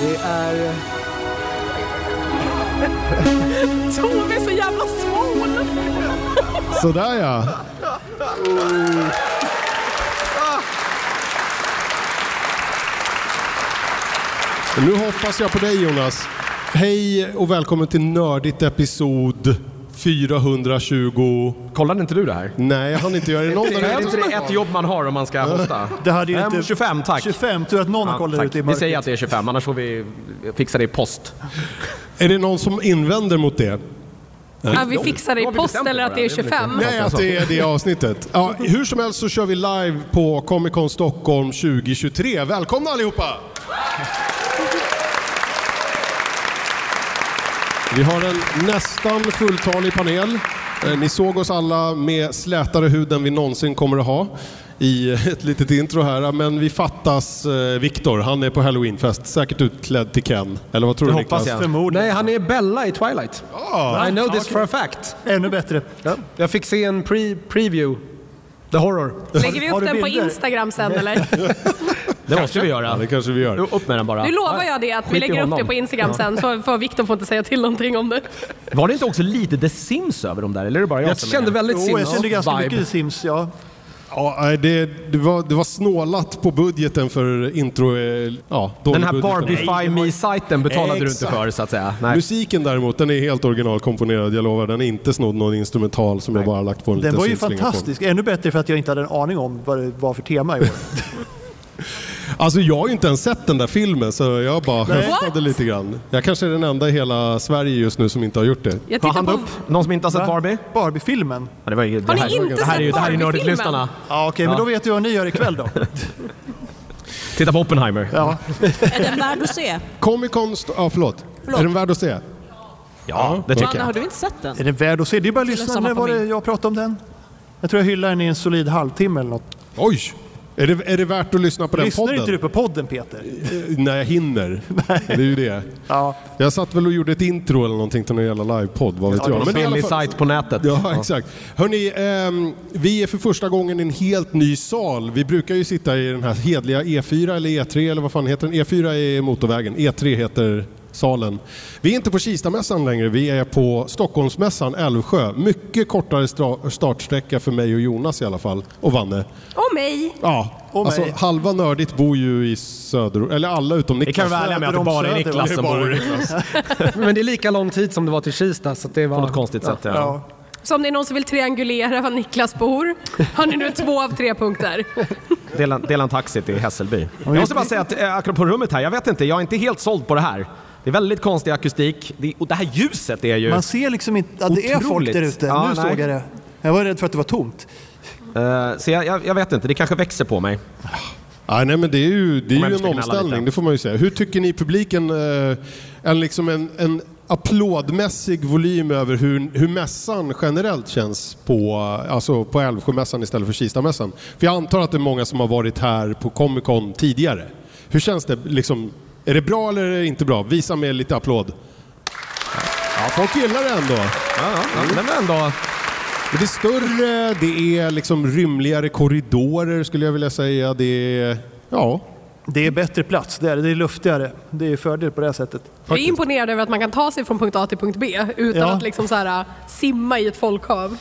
Det är... Tove är så jävla svår. Sådär ja. Nu hoppas jag på dig Jonas. Hej och välkommen till Nördigt episod 420. Kollade inte du det här? Nej, jag hann inte göra det någon Det är av inte det ett jobb man har om man ska hosta. Det hade ju Fem, inte... 25, tack. 25, tur att någon har Ja, kollat tack. ut det i Vi säger mörkret. att det är 25, annars får vi fixa det i post. Är det någon som invänder mot det? Ja, vi fixar det Då i har vi post bestämt eller det att det är bara. Det är 25. Nej, att det är det avsnittet. Ja, hur som helst så kör vi live på Comic Con Stockholm 2023. Välkomna allihopa! Vi har en nästan fulltalig panel. Eh, Ni såg oss alla med slätare hud än vi någonsin kommer att ha i ett litet intro här. Men vi fattas eh, Viktor, han är på halloweenfest. Säkert utklädd till Ken. Eller vad tror du Niklas? Förmodligen. Nej, han är Bella i Twilight. I know this for a fact. Ännu bättre. Jag fick se en pre preview. The Horror. Lägger vi Har upp du den på bilder? Instagram sen eller? Det måste vi Ja, göra. det kanske vi gör. Upp med den bara. Nu lovar jag det att Skit i vi lägger upp honom. det på Instagram sen för, för Viktor får inte säga till någonting om det. Var det inte också lite The Sims över dem där? Eller är det bara jag, Jag som är- kände väldigt Jo, jag Sims kände ganska vibe. mycket Sims, ja. Ja, nej, det, det, var, det var snålat på budgeten för intro... eh, Ja, dålig Den här budget. Barbify Me-sajten betalade du inte Exakt. för så att säga. Nej. Musiken däremot, den är helt originalkomponerad, jag lovar. Den är inte snodd någon instrumental som jag bara har lagt på en Den liten var ju synslinga på. fantastisk. Ännu bättre för att jag inte hade en aning om vad det var för tema i år. Alltså jag har ju inte ens sett den där filmen så jag bara höftade What? lite grann. Jag kanske är den enda i hela Sverige just nu som inte har gjort det. Jag Ta tittar hand på... upp. Någon som inte har sett Barbie? Barbie-filmen. Ja, det var ju, det Har ni här- inte det här är sett ju- Det här är ju Barbie-filmen? nördlyssnarna. Ja, okej, men då vet jag vad ni gör ikväll då. Titta på Oppenheimer. Ja. Är den värd att se? Comic Con... st- Ja, förlåt. Förlåt. Är den värd att se? Ja, det tycker Anna, har jag. du inte sett den? Är den värd att se? Det är bara att lyssna. samma När var det familj. jag pratade om den? Jag tror jag hyllade den i en solid halvtimme eller något. Oj! Är det, är det värt att lyssna på den Lyssnar podden? inte du på podden Peter? Eh, När jag hinner. Det är ju det. Ja. Jag satt väl och gjorde ett intro eller någonting till någon jävla livepodd, vad vet jag. Någon Men i alla billig fall- sajt på nätet. Ja, exakt. Hörni, ehm, vi är för första gången i en helt ny sal. Vi brukar ju sitta i den här hedliga E4 eller E3 eller vad fan heter den? E4 är motorvägen, E3 heter salen. Vi är inte på Kistamässan längre, vi är på Stockholmsmässan, Älvsjö. Mycket kortare stra- startsträcka för mig och Jonas i alla fall, och Vanne. Och mig! Ja, Och alltså mig. halva nördigt bor ju i söder... Eller alla utom Vi Niklas. kan vara ärliga med att det bara är Söder, Niklas va? som bor Men det är lika lång tid som det var till Kista, så att det på var... något konstigt sätt. Ja. Ja. Så om det är någon som vill triangulera var Niklas bor har ni nu två av tre punkter. Dela, dela en taxi till Hässelby. Jag måste bara säga att eh, apropå rummet här, jag vet inte, jag är inte helt såld på det här. Det är väldigt konstig akustik det, och det här ljuset är ju... Man ser liksom inte att det är folk Otroligt. där ute. Ja, nu nej. såg jag det. Jag var rädd för att det var tomt. eh, så jag, jag, jag vet inte, det kanske växer på mig. Ja, Ah, nej, men det är ju, det Om jag är ju en ska gnälla omställning, lite. det får man ju säga. Hur tycker ni publiken, eh, en, liksom en, en applådmässig volym över hur, hur mässan generellt känns på, eh, alltså på Älvsjömässan istället för Kistamässan? För jag antar att det är många som har varit här på Comic Con tidigare. Hur känns det? Liksom, är det bra eller är det inte bra? Visa med lite applåd. Ja, folk gillar det ändå. Ja, ja, ja, men ändå. Men Det är större, det är liksom rymligare korridorer skulle jag vilja säga. Det är, ja, Det är bättre plats, det är, det. det är luftigare. Det är fördel på det här sättet. Jag är imponerad över att man kan ta sig från punkt A till punkt B utan Ja. att liksom så här, simma i ett folkhav.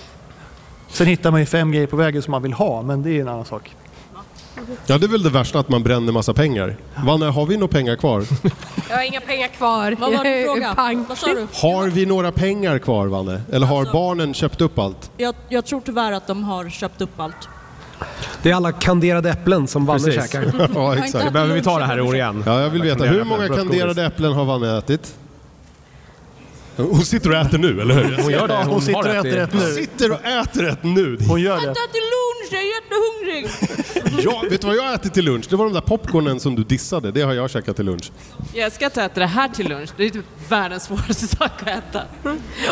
Sen hittar man ju fem grejer på vägen som man vill ha, men det är en annan sak. Ja, det är väl det värsta att man bränner massa pengar. Vanne, har vi några pengar kvar? Jag har inga pengar kvar. Vad var Jag din är fråga? pank. Vad sa du? Har vi några pengar kvar, Vanne? Eller har barnen köpt upp allt? Jag, jag tror tyvärr att de har köpt upp allt. Det är alla kanderade äpplen som Vanne Precis. käkar. Ja, inte exakt. haft- Behöver vi ta det här i år igen? Ja, jag vill veta. Hur många Brödgodis. kanderade äpplen har Vanne ätit? Hon sitter och äter nu, eller hur? Hon gör det. Ja, hon sitter har och rätt i- äter rätt nu. sitter och äter ett nu. Hon gör det. Vänta till lunch, jag är jättehungrig. Ja, vet du vad jag har ätit till lunch? Det var de där popcornen som du dissade. Det har jag käkat till lunch. Jag ska inte äta det här till lunch. Det är typ världens svåraste sak att äta.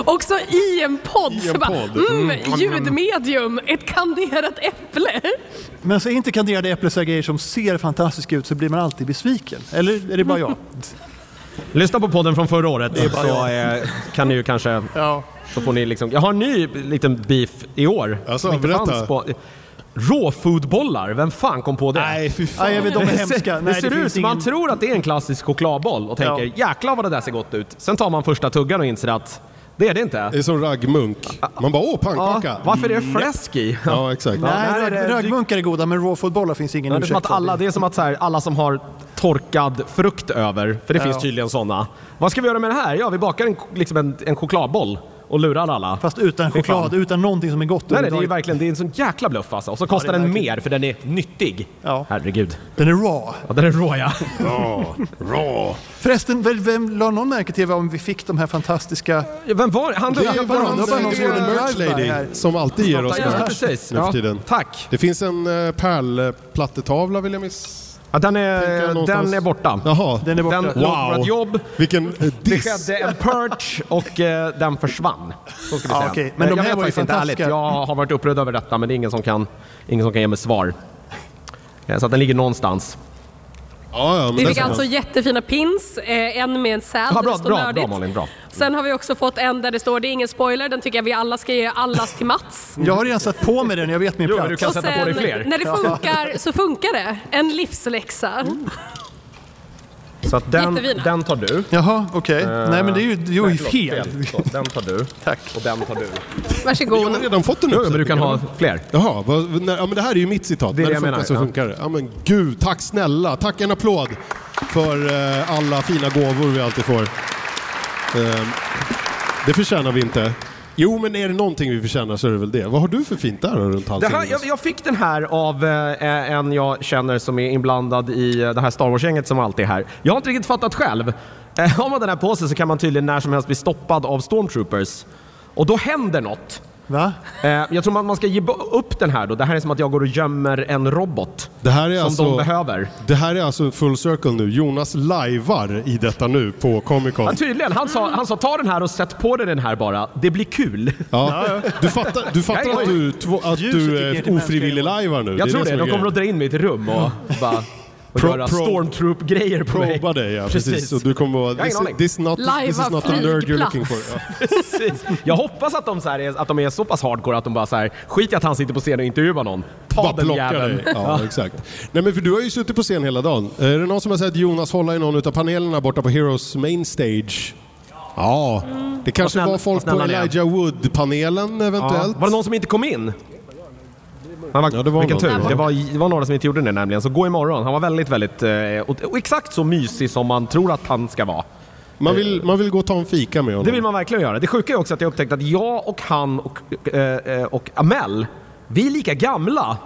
Också i en podd. I så en bara, podd. Mm, Mm. ljudmedium, ett kanderat äpple. Men så inte kanderade äpplen så här grejer som ser fantastiska ut så blir man alltid besviken. Eller är det bara jag? Lyssna på podden från förra året så eh, kan ni ju kanske... Så får ni liksom, jag har en ny liten beef i år. Alltså, som inte berätta. fanns på- Råfoodbollar, vem fan kom på det? Nej, fy fan. Nej, jag vet, de är hemska. det Nej, ser finns ut som man ingen- tror att det är en klassisk chokladboll och tänker jäklar vad det där ser gott ut. Sen tar man första tuggan och inser att det är det inte. Det är som raggmunk. Man bara, åh, Ja, pannkaka. varför är det fläsk i? Ja, exakt. Ja, där Nej, är rög, det- rögmunkar är goda men råfotbollar finns ingen Ja, det, är ursäkt som att för. alla, det är som att så här, alla som har torkad frukt över, för det finns tydligen sådana. Vad ska vi göra med det här? Ja, vi bakar en, liksom en, en chokladboll och lurar alla. Fast utan Fy fan. choklad, utan någonting som är gott Nej, nej, det är ju överhuvudtaget. verkligen det är en sån jäkla bluff alltså. Och så kostar det är den verkligen- mer för den är nyttig. Ja. Herregud. Den är raw. Ja, den är rå ja. Förresten, vem, vem la någon märke till om vi fick de här fantastiska... Vem var det? Han Det är Ja, dök ju upp. bara- bara det var bara någon någon som gjorde en merch drive-by lady här. som alltid ger oss Ja, Ja, merch precis. nu för Ja. tiden. Tack. Det finns en eh, pärlplattetavla vill jag miss. Ja, den, tänker jag är, någonstans. den är borta. Jaha. Den är borta. Den låg på vårt jobb. Vilken eh, Det diss. skedde en purge och eh, den försvann. Så ska vi Ja, säga. okej. Men de jag här vet var ju faktiskt inte ärligt. fantastiska. Jag har varit upprörd över detta men det är ingen som kan, ingen som kan ge mig svar. Eh, Så att den ligger någonstans. Ja, ja, men Vi den fick ska- alltså jättefina pins, eh, en med en säl Ja, där bra, det står bra, nördigt. bra, Malin, bra. Sen har vi också fått en där det står, det är ingen spoiler, den tycker jag vi alla ska ge allas till Mats. Mm. Jag har redan satt på mig den, jag vet min Jo, plats. du kan- Och sätta på dig fler. när det funkar så funkar det. En livsläxa. Mm. Så att den, Jättefina. den tar du. Eh, Jaha, okej. Nej, men det är ju, det är ju Förlåt, fel. Så, den tar du. Tack. Och den tar du. Jag har Varsågod. redan fått en Jo, men du uppsättning. kan ha fler. Jaha, vad, när, ja, men det här är ju mitt citat. Det är det när det jag funkar menar, så ja. funkar det. Ja, men gud, tack snälla. Tack, en applåd för eh, alla fina gåvor vi alltid får. Ehm, det förtjänar vi inte. Jo, men är det någonting vi förtjänar så är det väl det. Vad har du för fint där runt Det halsen? här, jag, jag fick den här av eh, en jag känner som är inblandad i eh, det här Star Wars-gänget som alltid är här. Jag har inte riktigt fattat själv. Eh, har man den här på sig så kan man tydligen när som helst bli stoppad av stormtroopers. Och då händer något. Va? Eh, jag tror man, man ska ge bo- upp den här då. Det här är som att jag går och gömmer en robot. Det här är som de alltså... behöver. det här är alltså full circle nu. Jonas lajvar i detta nu på Comic Con. Ja, tydligen. Han sa, han sa ta den här och sätt på dig den här bara. Det blir kul. Ja. Du fattar, du fattar Nej, att du, två- att Ljuset du gick ner är till ofrivillig lajvar nu? Jag är tror det. som är De kommer grejen. att dra in mig i ett rum och bara... Och Pro- göra pro- stormtroop-grejer på mig. Proba dig, ja. Precis. Precis. Och du kommer vara... Jag har This, ingen aning. this, not, this is Lajva not the nerd you're flygplats. looking for. Ja. Precis. Jag hoppas att de, så här är, att de är så pass hardcore att de bara så här, skit i att han sitter på scenen och intervjuar någon. Ta Bara den plocka jäveln. dig. Ja, exakt. Nej, men för du har ju suttit på scen hela dagen. Eh, Är det någon som har sett Jonas hålla i någon av panelerna borta på Heroes Main Stage? Ja, det kanske Vad snäll- var folk vad på snäll han är. Elijah Wood-panelen Ja. eventuellt. Var det någon som inte kom in? Han var, Ja, det var vilken någon. tur. Det var, det var några som inte gjorde det nämligen, så gå imorgon. Han var väldigt, väldigt... Eh, och, och exakt så mysig som man tror att han ska vara. Man, vill, man vill gå och ta en fika med honom. Det vill man verkligen göra. Det sjuka är också att jag upptäckte att jag och han och, eh, eh, och Amel, vi är lika gamla.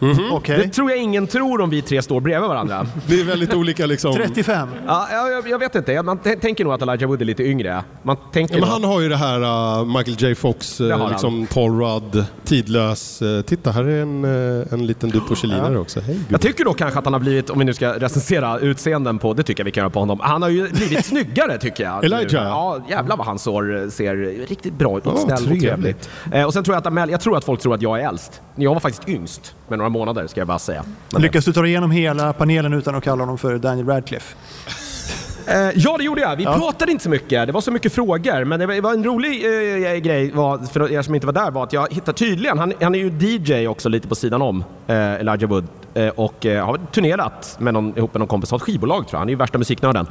Mhm, Okej. Det tror jag ingen tror om vi tre står bredvid varandra. Det är väldigt olika liksom... 35. ja, ja, jag, jag vet inte, man t- tänker nog att Elijah Wood är lite yngre. Man tänker Ja, men nog- han har ju det här uh, Michael J Fox, Det har uh, han. liksom torrad, tidlös. Uh, titta, här är en, uh, en liten du porcelinare också. Hej gubben. Jag tycker då kanske att han har blivit, om vi nu ska recensera utseenden på, det tycker jag vi kan göra på honom. Han har ju blivit snyggare tycker jag. Elijah? Nu. Ja, jävlar vad han sår, eh, ser riktigt bra ut. Ja, snäll och trevlig. trevligt. Eh, och sen tror jag att Amel, jag tror att folk tror att jag är äldst. Jag var faktiskt yngst med några månader ska jag bara säga. Men, Lyckas du ta dig igenom hela panelen utan att kalla honom för Daniel Radcliffe? eh, ja, det gjorde jag. Vi pratade inte så mycket. Det var så mycket frågor. Men det var, det var en rolig eh, grej var, för er som inte var där var att jag hittade tydligen, han, han är ju DJ också lite på sidan om, eh, Elijah Wood. Eh, och eh, har turnerat med någon, ihop med någon kompis, har ett skivbolag tror jag. Han är ju värsta musiknörden.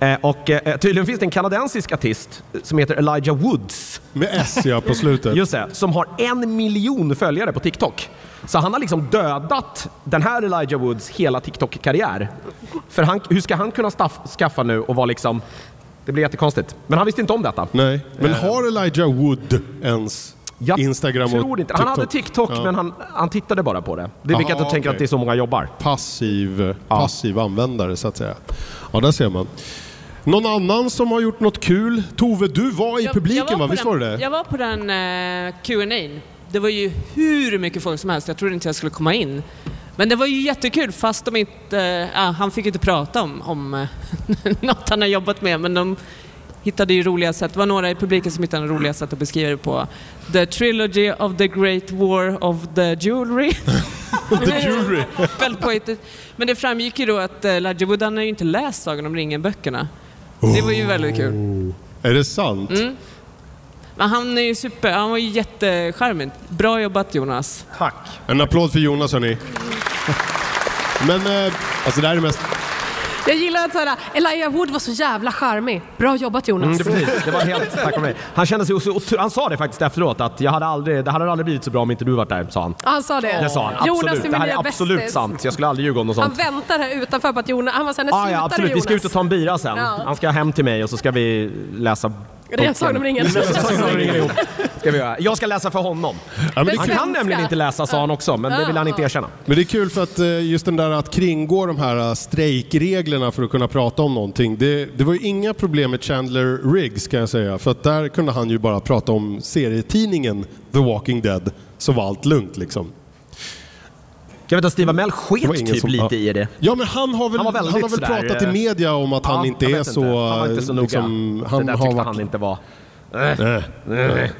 Eh, och eh, tydligen finns det en kanadensisk artist som heter Elijah Woods. Med S ja, på slutet. Just det, som har en miljon följare på TikTok. Så han har liksom dödat den här Elijah Woods hela TikTok-karriär. För han, hur ska han kunna staff, skaffa nu och vara liksom... Det blir jättekonstigt. Men han visste inte om detta. Eh, Nej, men har Elijah Wood ens Jag Instagram och tror inte. Han hade TikTok Ja. men han, han tittade bara på det. Det är vilket Aha, jag tänker okej. att det är så många jobbar. Passiv, passiv användare så att säga. Ja, där ser man. Någon annan som har gjort något kul? Tove, du var i Jag- publiken jag var va? på Visst den- var det det? Jag var på den eh, Q&A. Det var ju hur mycket folk som helst. Jag trodde inte jag skulle komma in. Men det var ju jättekul fast de inte... eh, ah, han fick ju inte prata om, om eh, något han har jobbat med men de hittade ju roliga sätt. Det var några i publiken som hittade roliga sätt att beskriva det på. The Trilogy of the Great War of the Jewelry. the Jewelry? Väldigt poetiskt. Men det framgick ju då att eh, Ladjwood han har ju inte läst Sagan om ringen-böckerna. Det var ju väldigt kul. Oh. Är det sant? Mm. Men han är ju super, han var ju jättecharmig. Bra jobbat Jonas. En applåd för Jonas hörni. Men, eh, alltså det här är mest... Jag gillar att såhär, Elijah Wood var så jävla charmig. Bra jobbat Jonas. Mm, det, precis. det var helt tack vare mig. Han kände sig så otro- Han sa det faktiskt efteråt att jag hade aldrig, det hade aldrig blivit så bra om inte du varit där, sa han. Ah, Ja, han sa det. Det sa han. Absolut. Jonas är det min här är nya absolut bästis. sant. Jag skulle aldrig ljuga om något Han sånt. väntar här utanför på att Jonas... Han var såhär, när Ah, slutar ja, du, absolut. Vi Jonas? ska ut och ta en bira sen. Ja. Han ska hem till mig och så ska vi läsa Det är Sagan om ringen. ringen. Ska vi göra. Jag ska läsa för honom. Ja, men, det är Han kul, kan nämligen inte läsa, sa han också, men det vill han inte erkänna. men det är kul för att eh, just den där att kringgå de här eh, strejkreglerna för att kunna prata om någonting. Det, det var ju inga problem med Chandler Riggs kan jag säga. För att där kunde han ju bara prata om serietidningen The Walking Dead så var allt lugnt liksom. Jag vet att Steve Amell Det var sket ingen typ som- lite ja. i det. Ja men han har väl, Han var han väldigt har väl sådär, pratat i eh, media om att han Ja, inte jag är vet så... Han var inte så noga. liksom, han det där har tyckte varit... han inte var... Nej.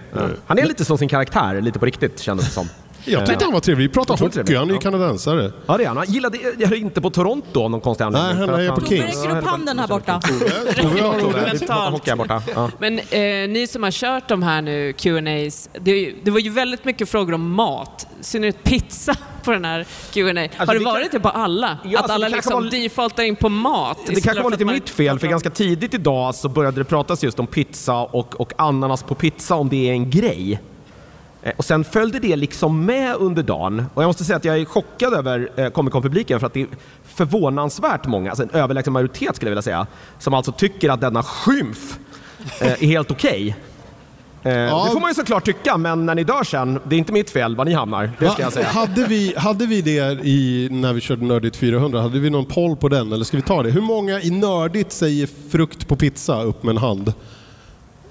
Han är lite som sin karaktär, lite på riktigt kändes det som. Eh, Jag tyckte han var trevlig. Vi pratade tror det är hockey, trevligt. han är ju kanadensare. Ja det är han. Han gillade, jag höll inte på Toronto av någon konstig anledning. Nej, han För att är på Tove Kings. räcker upp handen här borta. Vi pratar hockey här borta. Ja. Men eh, ni som har kört de här nu, Q&As, det, det var ju väldigt mycket frågor om mat. I synnerhet pizza på den här Q&A. Har det, det varit kan- det på alla? Ja, att alltså, alla det kanske liksom var- defaultar in på mat? Det kanske istället var för lite att man- mitt fel, för ganska tidigt idag så började det pratas just om pizza och, och ananas på pizza, om det är en grej. Eh, Och sen följde det liksom med under dagen. Och jag måste säga att jag är chockad över eh, Comic Con-publiken för att det är förvånansvärt många, alltså en överlägsen majoritet skulle jag vilja säga, som alltså tycker att denna skymf eh, är helt okej. Eh, Det får man ju såklart tycka, men när ni dör sen, det är inte mitt fel var ni hamnar. Det ska jag säga. Hade vi, hade vi det i, när vi körde Nördigt 400? Hade vi någon poll på den? Eller ska vi ta det? Hur många i Nördigt säger frukt på pizza? Upp med en hand.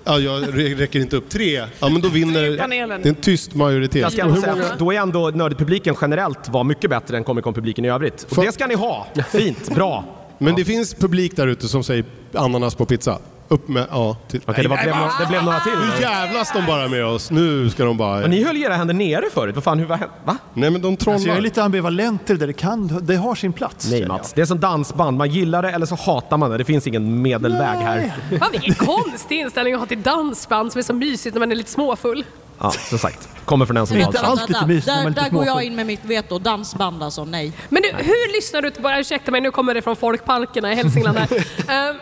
Ja, jag rä- räcker inte upp. Tre? Ja, men då vinner... i panelen. Det är en tyst majoritet. Jag ska ändå säga att då är ändå nördpubliken generellt var mycket bättre än Comic Con-publiken i övrigt. Och För- det ska ni ha. Fint, bra. Men det finns publik där ute som säger ananas på pizza. Upp med... Ja. typ. Till. Okej, det, var, Nej, blev, några- det blev några till. Nu jävlas de bara med oss. Nu ska de bara... Men ni höll era händer nere förut. Vad fan, hur, vad hände? Va? Nej, men de trollar. Alltså jag är lite ambivalent till det där. Det, kan, det har sin plats. Nej Mats, det är som dansband. Man gillar det eller så hatar man det. Det finns ingen medelväg här. Fan vilken konstig inställning att ha till dansband som är så mysigt när man är lite småfull. Ja, som sagt. Kommer från en som Inte dansar. alls lite mysigt när man där är lite där går jag småfull. in med mitt veto. Dansband alltså, nej. Men du, hur lyssnar du, bara ursäkta mig nu kommer det från folkparkerna i Hälsingland här. Ehm,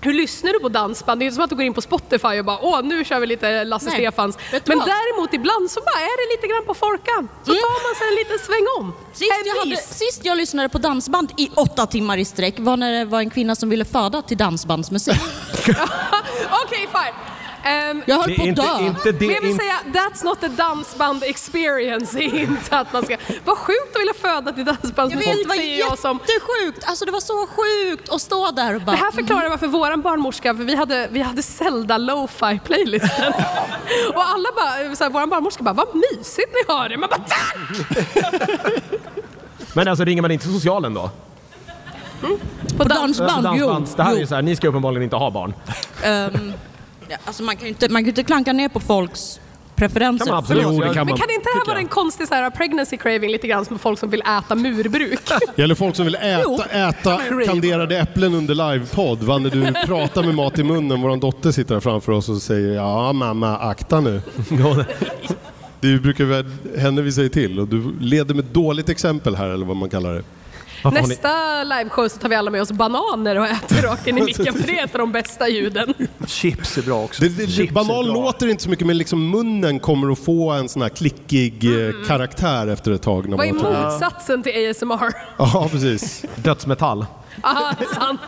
hur lyssnar du på dansband? Det är ju inte som att du går in på Spotify och bara åh nu kör vi lite Lasse Nej, Stefans. vet du Men vad? däremot ibland så bara är det lite grann på forkan. Så tar man sig en liten sväng om. Mm. Sist jag, En hade, vis. sist jag lyssnade på dansband i åtta timmar i sträck var när det var en kvinna som ville föda till dansbandsmusik. Okej fine. Ehm, Jag höll Det på är att inte, dö. inte men det... jag vill Inte, säga, that's not a dansband experience. Det är inte att man ska... Vad sjukt att vilja föda till Jag vet, det dansbandsmusik var säger jag som jättesjukt. Alltså det var så sjukt att stå där och bara... Mm. Det här förklarar varför våran barnmorska, för vi hade, vi hade Zelda lo-fi playlisten. Och alla bara, så här, våran barnmorska bara, vad mysigt ni har det. Man bara, tack! men alltså ringer man inte socialen då? på dansband, Dansband, det här är jo. ju så här, ni ska uppenbarligen inte ha barn. Ehm, ja, alltså man kan ju inte, man kan ju inte klanka ner på folks preferenser. Kan man absolut. Förlåt. Jo, det kan Men man. kan inte det här tycker vara jag. en konstig så här, pregnancy craving lite grann som folk som vill äta murbruk? Gäller folk som vill Jo. äta, äta kanderade äpplen under livepodd. Va, när du pratar med mat i munnen. Vår dotter sitter här framför oss och säger ja mamma akta nu. Det brukar väl henne vi säger till och du leder med dåligt exempel här eller vad man kallar det. Varför har ni- Nästa liveshow så tar vi alla med oss bananer och äter rakt in i micken för det är de bästa ljuden. Chips är bra också. det, det, Chips är det banan bra. låter inte så mycket men liksom munnen kommer att få en sån här klickig eh, karaktär efter ett tag. Mm. När Vad är man tar- motsatsen till ASMR? ja precis. Dödsmetall. Ah, sant.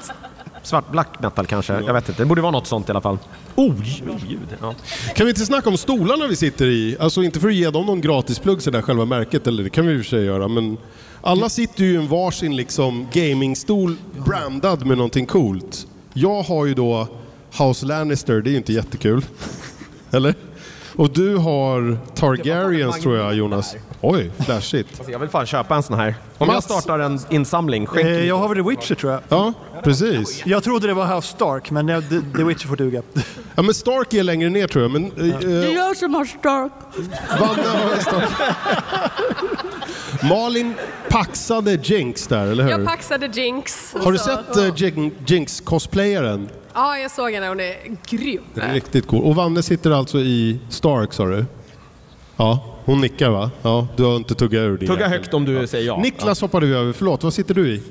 Svart black metal kanske? Jag vet inte. Det borde vara något sånt i alla fall. Oh, ljud. Ja. Kan vi inte snacka om stolarna vi sitter i? Alltså inte för att ge dem någon gratisplugg sådär själva märket, eller det kan vi i och för sig göra, men alla sitter ju i en varsin liksom gamingstol brandad med någonting coolt. Jag har ju då House Lannister, det är ju inte jättekul. Eller? Och du har Targaryens tror jag Jonas. Oj, flashigt. Alltså, jag vill fan köpa en sån här. Om jag Mats. startar en insamling, skänk Eh, lite. Jag har väl The Witcher tror jag. Ja, precis. Jag trodde det var House Stark, men jag, The, The Witcher får duga. Ja, men Stark är längre ner tror jag. Men, eh, Det är jag som har stark. Vanna har en Stark. eh, Malin paxade Jinx där, eller Jag hur? paxade Jinx. Har du Så- sett eh, Jin- Jinx-cosplayaren? Ja, jag såg henne. Hon är grym. Den är riktigt cool. Och Vanne sitter alltså i Stark sa du? Ja, hon nickar va? Ja, du har inte tuggat ur din Tugga jäkel. högt om du säger ja. Niklas hoppade vi över, förlåt. Vad sitter du i?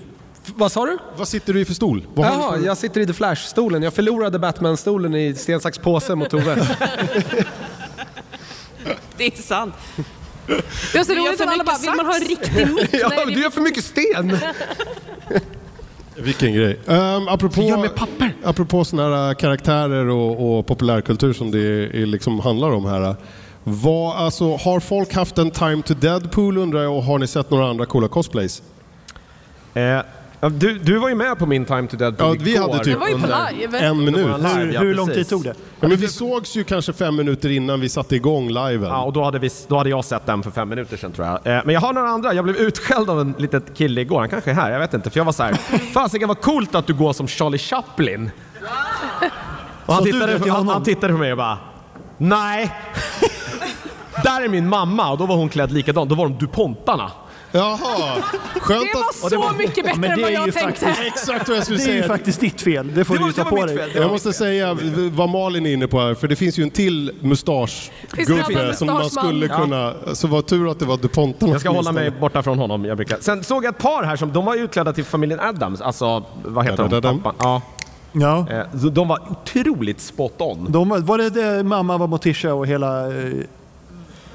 Vad sa du? Vad sitter du i för stol? Vad har du Jaha, för- jag sitter i The Flash-stolen. Jag förlorade Batman-stolen i sten, sax, påse mot Tove. Det är sant. Det är så Vi gör roligt för att alla mycket bara, vill man ha en sax. riktig mick? ja, Nej, du det, gör för mycket sten! Vilken grej. Um, apropå, Jag gör med papper. Apropå sådana här äh, karaktärer och, och populärkultur som det är, liksom handlar om här. eh, Vad, alltså, har folk haft en time to Deadpool undrar jag och har ni sett några andra coola cosplays? Eh, ja, du, du var ju med på min Time to Dead Ja, vi hade typ det var ju på live. en minut. Hur, ja, hur lång precis. tid tog det? Ja, men vi sågs ju kanske fem minuter innan vi satte igång liven. Ja, och då hade, vi, då hade jag sett den för fem minuter sedan tror jag. Eh, men jag har några andra. Jag blev utskälld av en liten kille igår. Han kanske är här, jag vet inte. För jag var så här, fasiken vad coolt att du går som Charlie Chaplin. Och han, Så du tittade, blev till han, honom? han tittade på mig och bara, nej. Där är min mamma och då var hon klädd likadant. Då var de DuPontarna. Jaha, skönt det var att... så mycket bättre än vad jag tänkte. Exakt vad jag skulle Det är ju säga. faktiskt ditt fel. Det får Det du var, ju det var ta på mitt dig. fel. Det Jag var måste säga v- vad Malin är inne på här, för det finns ju en till Finns det en annan mustaschgubbe som man mustaschman? skulle Ja. kunna... Så var tur att det var DuPontarna. Jag ska hålla mig åtminstone. borta från honom. Jag brukar. Sen såg jag ett par här som de var utklädda till familjen Addams. Alltså, vad heter de? Adam. Pappan. Ja. Ja. Eh, så De var otroligt spot on. De, var det, det mamma var Morticia och hela... eh,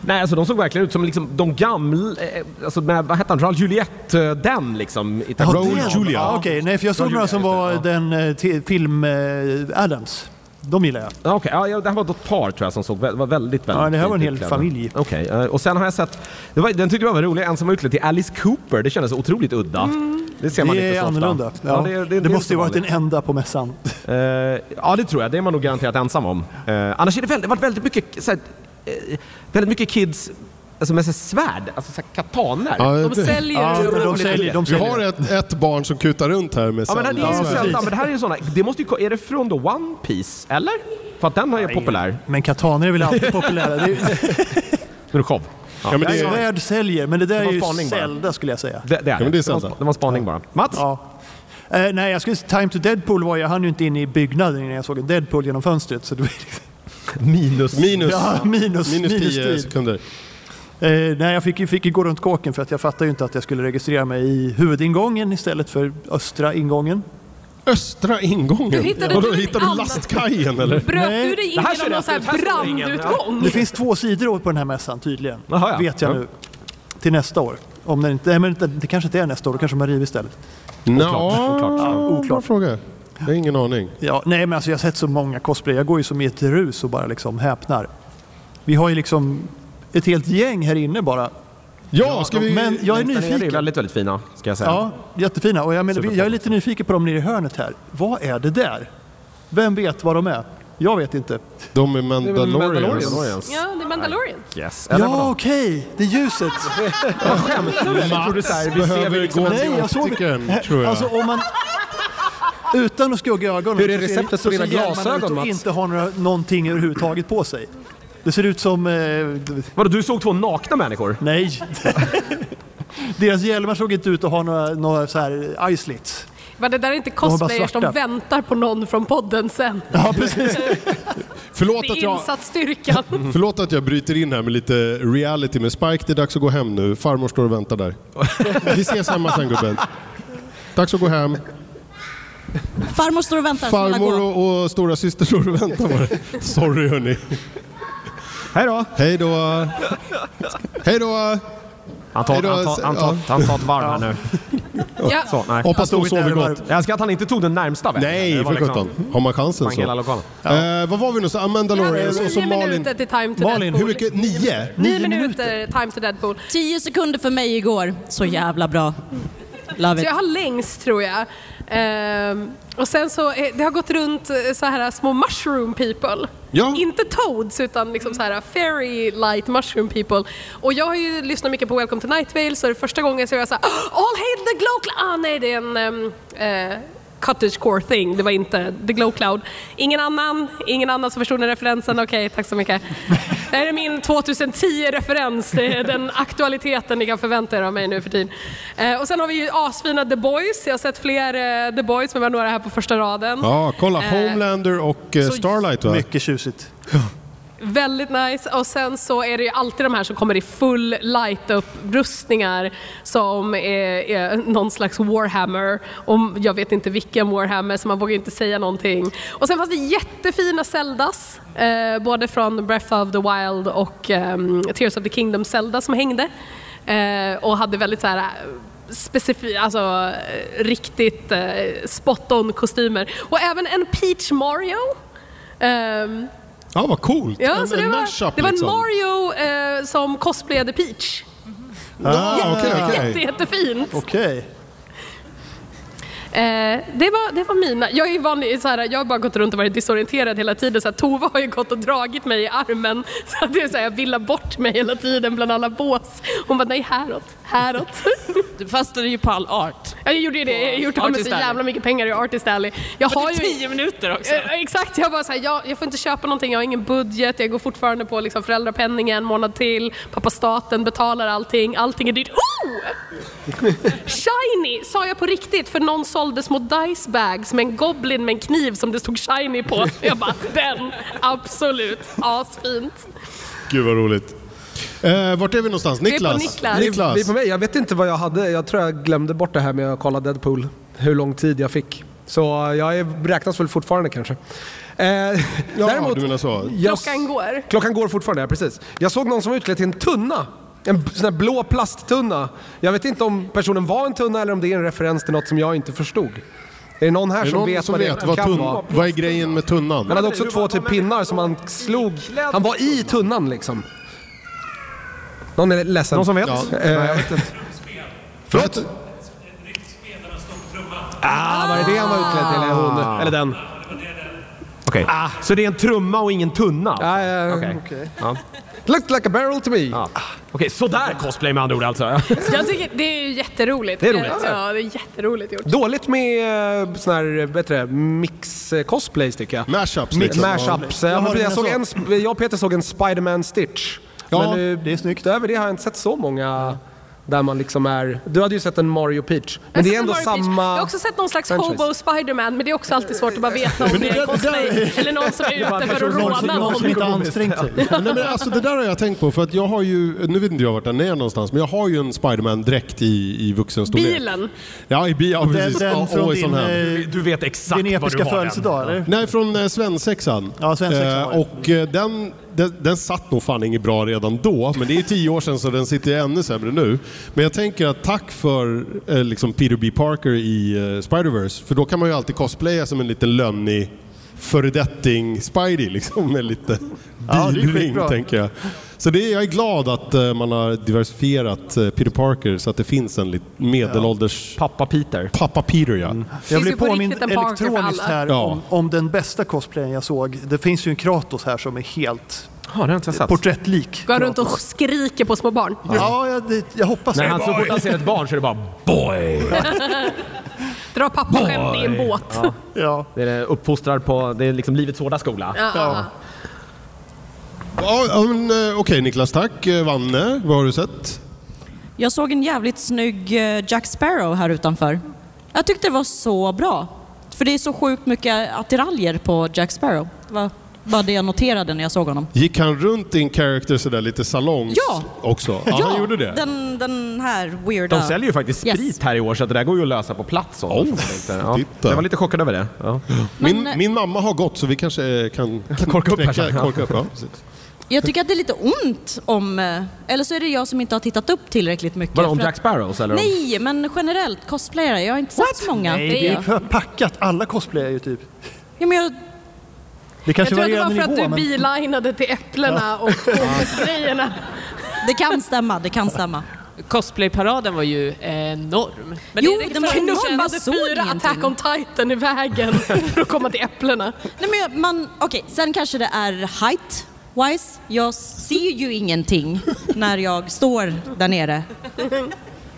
Nej, alltså de såg verkligen ut som liksom de gamla, eh, alltså med, vad hette han, Raoul Juliet, eh, den liksom. Ital- Ja, Raoul det- Julia. Ja, Okej, nej för jag såg Raoul några Julia, som just det, var ja. den eh, te- film eh, Adams. De gillar jag. Ja, Okej, ja, ja, det här var ett par tror jag som såg vä- var väldigt, väldigt Ja, det här var en fint hel utklädda. familj. Okej, eh, och sen har jag sett, det var, den tyckte jag var rolig, en som var utklädd till Alice Cooper. Det kändes otroligt udda. Det ser man Mm. Det inte är så ofta. annorlunda. Ja. Ja, det, är måste ju inte varit vanligt. den enda på mässan. Eh, ja, det tror jag. Det är man nog garanterat ensam om. Eh, annars har det väldigt, varit väldigt mycket, så här, eh, väldigt mycket kids alltså med så här svärd, alltså så här kataner. Ja, Ja. De det- säljer. Ja, men de roligt. säljer. De Vi säljer. har ett, ett barn som kutar runt här med men det sällan. är ju precis. sällan, men det här är ju såna. Det måste ju, ko- är det från då One Piece, eller? För att den är ju populär. Men kataner är väl alltid populära. Det är, Nu är det show. Ja, men det är- svärd säljer, men det där Det var är ju spaning bara. Zelda skulle jag säga. Det, det är, Ja, men det är var, Zelda. sp- det var spaning bara. Mats? Ja. Eh, nej, jag skulle, Time to Deadpool var jag, hann ju inte in i byggnaden innan jag såg en Deadpool genom fönstret. Så det var, Minus. Minus, ja, minus, minus 10 tid. sekunder. Eh, nej, jag fick, ju- fick ju gå runt kåken för att jag fattade ju inte att jag skulle registrera mig i huvudingången istället för östra ingången. Östra ingången? Du hittade Vadå, du en hittade du annan- lastkajen eller? Bröt du dig in Det här genom känner någon jag sån här att det här står ingen. brandutgång? Det finns två sidor på den här mässan tydligen. Jaha, ja. Vet jag Ja. nu. Till nästa år. Om den inte, nej, men det, det kanske inte är nästa år, då kanske de har rivit istället. Nja, Oklart. bra fråga. Jag har ingen aning. Ja, nej, men alltså, jag har sett så många cosplay. Jag går ju som i ett rus och bara liksom häpnar. Vi har ju liksom ett helt gäng här inne bara. Ja, ska vi... Men jag är Den är ju nyfiken. väldigt, väldigt fina, ska jag säga. Ja, jättefina. Och jag, menar, vi- jag är lite nyfiken på dem nere i hörnet här. Vad är det där? Vem vet vad de är? Jag vet inte. De är Mandalorians. Mandalorians. Ja, det är Mandalorian. Yes. Eller Ja, vadå? okej. Det är ljuset. Mats Behöver liksom gå Nej, till jag såg optikern, tror jag. Alltså om man... Utan att skugga ögonen. Hur är så ser- receptet så på dina ser hjälmarna glasögon, ut och Mats? inte har några, någonting överhuvudtaget på sig. Det ser ut som... Eh, Vadå, du såg två nakna människor? nej. Deras hjälmar såg inte ut att ha några, några så här eh, eyelits. Men det där är inte har bara cosplayers som svarta. väntar på någon från podden sen. Ja, precis. Det Förlåt att är jag... Mm. insatsstyrkan. Förlåt att jag bryter in här med lite reality med Spike. Det är dags att gå hem nu. Farmor står och väntar där. Vi ses hemma sen gubben. Dags att gå hem. Farmor står och väntar. snälla gå. Farmor och, och stora syster står och väntar på dig. Sorry hörni. Hej då! Hej då. Hej då. Han tar, Hej han då, tar, han tar, han tar ett varv här nu. Ja, Så, nej. Hoppas de inte sover här gott. Jag älskar att han inte tog den närmsta vägen. Nej, Det var för sjutton. Har man chansen Sprang så. hela lokalen. Eh, vad var vi nu? Så Amanda Lawrence och så Nio Malin. minuter till Time to Malin, hur Deadpool. mycket? Nio? Nio minuter Time to Deadpool. Tio sekunder för mig igår. Så jävla bra. Love Så it. jag har längst tror jag. Ehm, och sen så, eh, det har gått runt eh, så här små mushroom people. Ja. Inte toads, utan liksom så här fairy light mushroom people. Och jag har ju lyssnat mycket på Welcome to Night Vale, så det är första gången så var jag såhär All hail the glow cloud! Ah nej, det är en ehm, eh, cottage core thing, det var inte the glow cloud. Ingen annan, ingen annan som förstod den referensen, okej, tack så mycket. Det här är min 2010-referens, det är den aktualiteten ni kan förvänta er av mig nu för tiden. Eh, och sen har vi ju asfina The Boys, jag har sett fler eh, The Boys, men vi har några här på första raden. Ja, kolla. Eh, Homelander och eh, så- Starlight va? Mycket tjusigt. Väldigt nice. Och sen så är det ju alltid de här som kommer i full light-up-rustningar som är, är någon slags Warhammer. Och jag vet inte vilken Warhammer, så man vågar ju inte säga någonting. Och sen fanns det jättefina Zeldas, eh, både från Breath of the Wild och ehm, Tears of the Kingdom Zelda som hängde. Eh, och hade väldigt så här eh, specifik, alltså eh, riktigt eh, spot on kostymer. Och även en Peach Mario. Ehm, Ja, vad coolt. Ja, en så det, en var, mashup, det var en liksom. Mario eh, som cosplayade Peach. Ah, okej, okej. Jätte, jättefint. Okej. Eh, det, var, det var mina. Jag, är ju vanlig, så här, jag har bara gått runt och varit disorienterad hela tiden. Så här, Tova har ju gått och dragit mig i armen. Så att det är så här, jag villar bort mig hela tiden bland alla bås. Hon bara, nej häråt, häråt. Du fastnade ju på all art. jag gjorde ju det, jag har gjort av med så Artist Alley. jävla mycket pengar i Artist Alley. Jag har Har ju... tio minuter också. Eh, Exakt, jag bara såhär, jag, jag får inte köpa någonting, jag har ingen budget, jag går fortfarande på liksom föräldrapenning en månad till, pappa staten betalar allting, allting är dyrt. Oh! Shiny sa jag på riktigt, för någon sålde små dice bags med en goblin med en kniv som det stod shiny på. Jag bara, den, absolut, asfint. Gud vad roligt. Eh, vart är vi någonstans? är på Niklas? Niklas. Niklas. Vi är på mig. Jag vet inte vad jag hade. Jag tror jag glömde bort det här med att kolla Deadpool. Hur lång tid jag fick. Så jag är, räknas väl fortfarande kanske. Eh, du menar så. jag- Klockan går. Klockan går fortfarande, ja precis. Jag såg någon som var utklädd till en tunna. En b- sån här blå plasttunna. Jag vet inte om personen var en tunna eller om det är en referens till något som jag inte förstod. Är det någon här Är det som någon vet som vad vet det vad, kan tunn, vara? vad är grejen med tunnan? Han hade också två typ pinnar som han slog. Han var i tunnan liksom. Någon är ledsen. Någon som vet? Ja. Eh, Förlåt? ah, var det det han var utklädd till? Eller hon? Eller den? Okej. Så det är en trumma och ingen tunna? alltså? Ah, ja, Okej. Looked like a barrel to me. Ja. Okej, sådär cosplay med andra ord alltså. Jag tycker det är ju jätteroligt. Det är roligt. Ja, det är jätteroligt gjort. Dåligt med eh, sån här, vad heter det, mix-cosplays tycker jag. Mashups, Mi- liksom. Mashups. Jag Jag, har jag, den såg så. en, sp- jag och Peter såg en Spider-Man Stitch. Ja, eh, det är snyggt. Utöver det har jag inte sett så många där man liksom är... Du hade ju sett en Mario Peach. Men Jag det har är ändå sett Mario Peach. samma... Jag har också sett någon slags franchise. hobo Spiderman, men det är också alltid svårt att bara veta om det är cosplay eller någon som är ute för att Någon som, råna någon någon. som inte har ansträngt typ. sig. Men Nej, men alltså, det där har jag tänkt på, för att jag har ju, nu vet inte jag vart den är någonstans, men jag har ju en Spiderman-dräkt i, i vuxen storlek. Bilen. Ja, i bilen. Ja, Den, precis. den Ja, från och i din, sån här. eh, Du vet exakt din var du har episka den. födelsedag, eller? Nej, från eh, svensexan. Ja, svensexan var det. och eh, den, den, den satt nog fan inget bra redan då, men det är tio år sedan så den sitter ju ännu sämre nu. Men jag tänker att tack för eh, liksom Peter B. Parker i eh, Spider-Verse, för då kan man ju alltid cosplaya som en liten lönnig föredetting Spidey liksom, med lite Ja, det är bilring skitbra. tänker jag. Så det är, jag är glad att eh, man har diversifierat eh, Peter Parker så att det finns en lit- medelålders Pappa Peter. pappa Peter ja. Jag Finns blev ju på påmind riktigt en Parker för elektroniskt alla. här Ja. om, om den bästa cosplayen jag såg. Det finns ju en Kratos här som är helt Ja, det har inte jag sett. porträttlik. Går runt Kratos. och skriker på små barn. Ja, jag, det, jag hoppas När det. han så fort han ser ett barn så är det bara boy. Drar pappaskämt i en båt. Ja. Det är uppfostrar på, det är liksom livets hårda skola. Ja. Ja, ja, men, eh, Okej Niklas, tack. Eh, Vanne, vad har du sett? Jag såg en jävligt snygg eh, Jack Sparrow här utanför. Jag tyckte det var så bra. För det är så sjukt mycket attiraljer på Jack Sparrow. Det var bara det jag noterade när jag såg honom. Gick han runt i en character sådär lite salongs Ja. också? Ja, han gjorde det. Den, den här weirda... De säljer ju faktiskt Yes. sprit här i år så att det där går ju att lösa på plats. Oh, ja. titta. Jag var lite chockad över det. Ja. Min, Men- min mamma har gått så vi kanske eh, kan Korka upp här knäcka- sen, ja. korka upp ja, precis. Jag tycker att det är lite ont om... eh, Eller så är det jag som inte har tittat upp tillräckligt mycket. Vadå, om för Jack Sparrows eller? om- Nej, men generellt cosplayare. Jag har inte sett så många. Nej, Det det är- är för packat. Alla cosplayar ju typ. Ja, men jag, Det Jag kanske tror att det var varierar för att nivå, du men... bilinade till äpplena och grejerna. det kan stämma, det kan stämma. cosplayparaden var ju enorm. Men jo, det är det den var för- enorm. Man Jag såg fyra ingenting. Attack on Titan i vägen för att komma till äpplena. Nej, men jag- man, okej, sen kanske det är height wise. Jag ser ju ingenting när jag står där nere.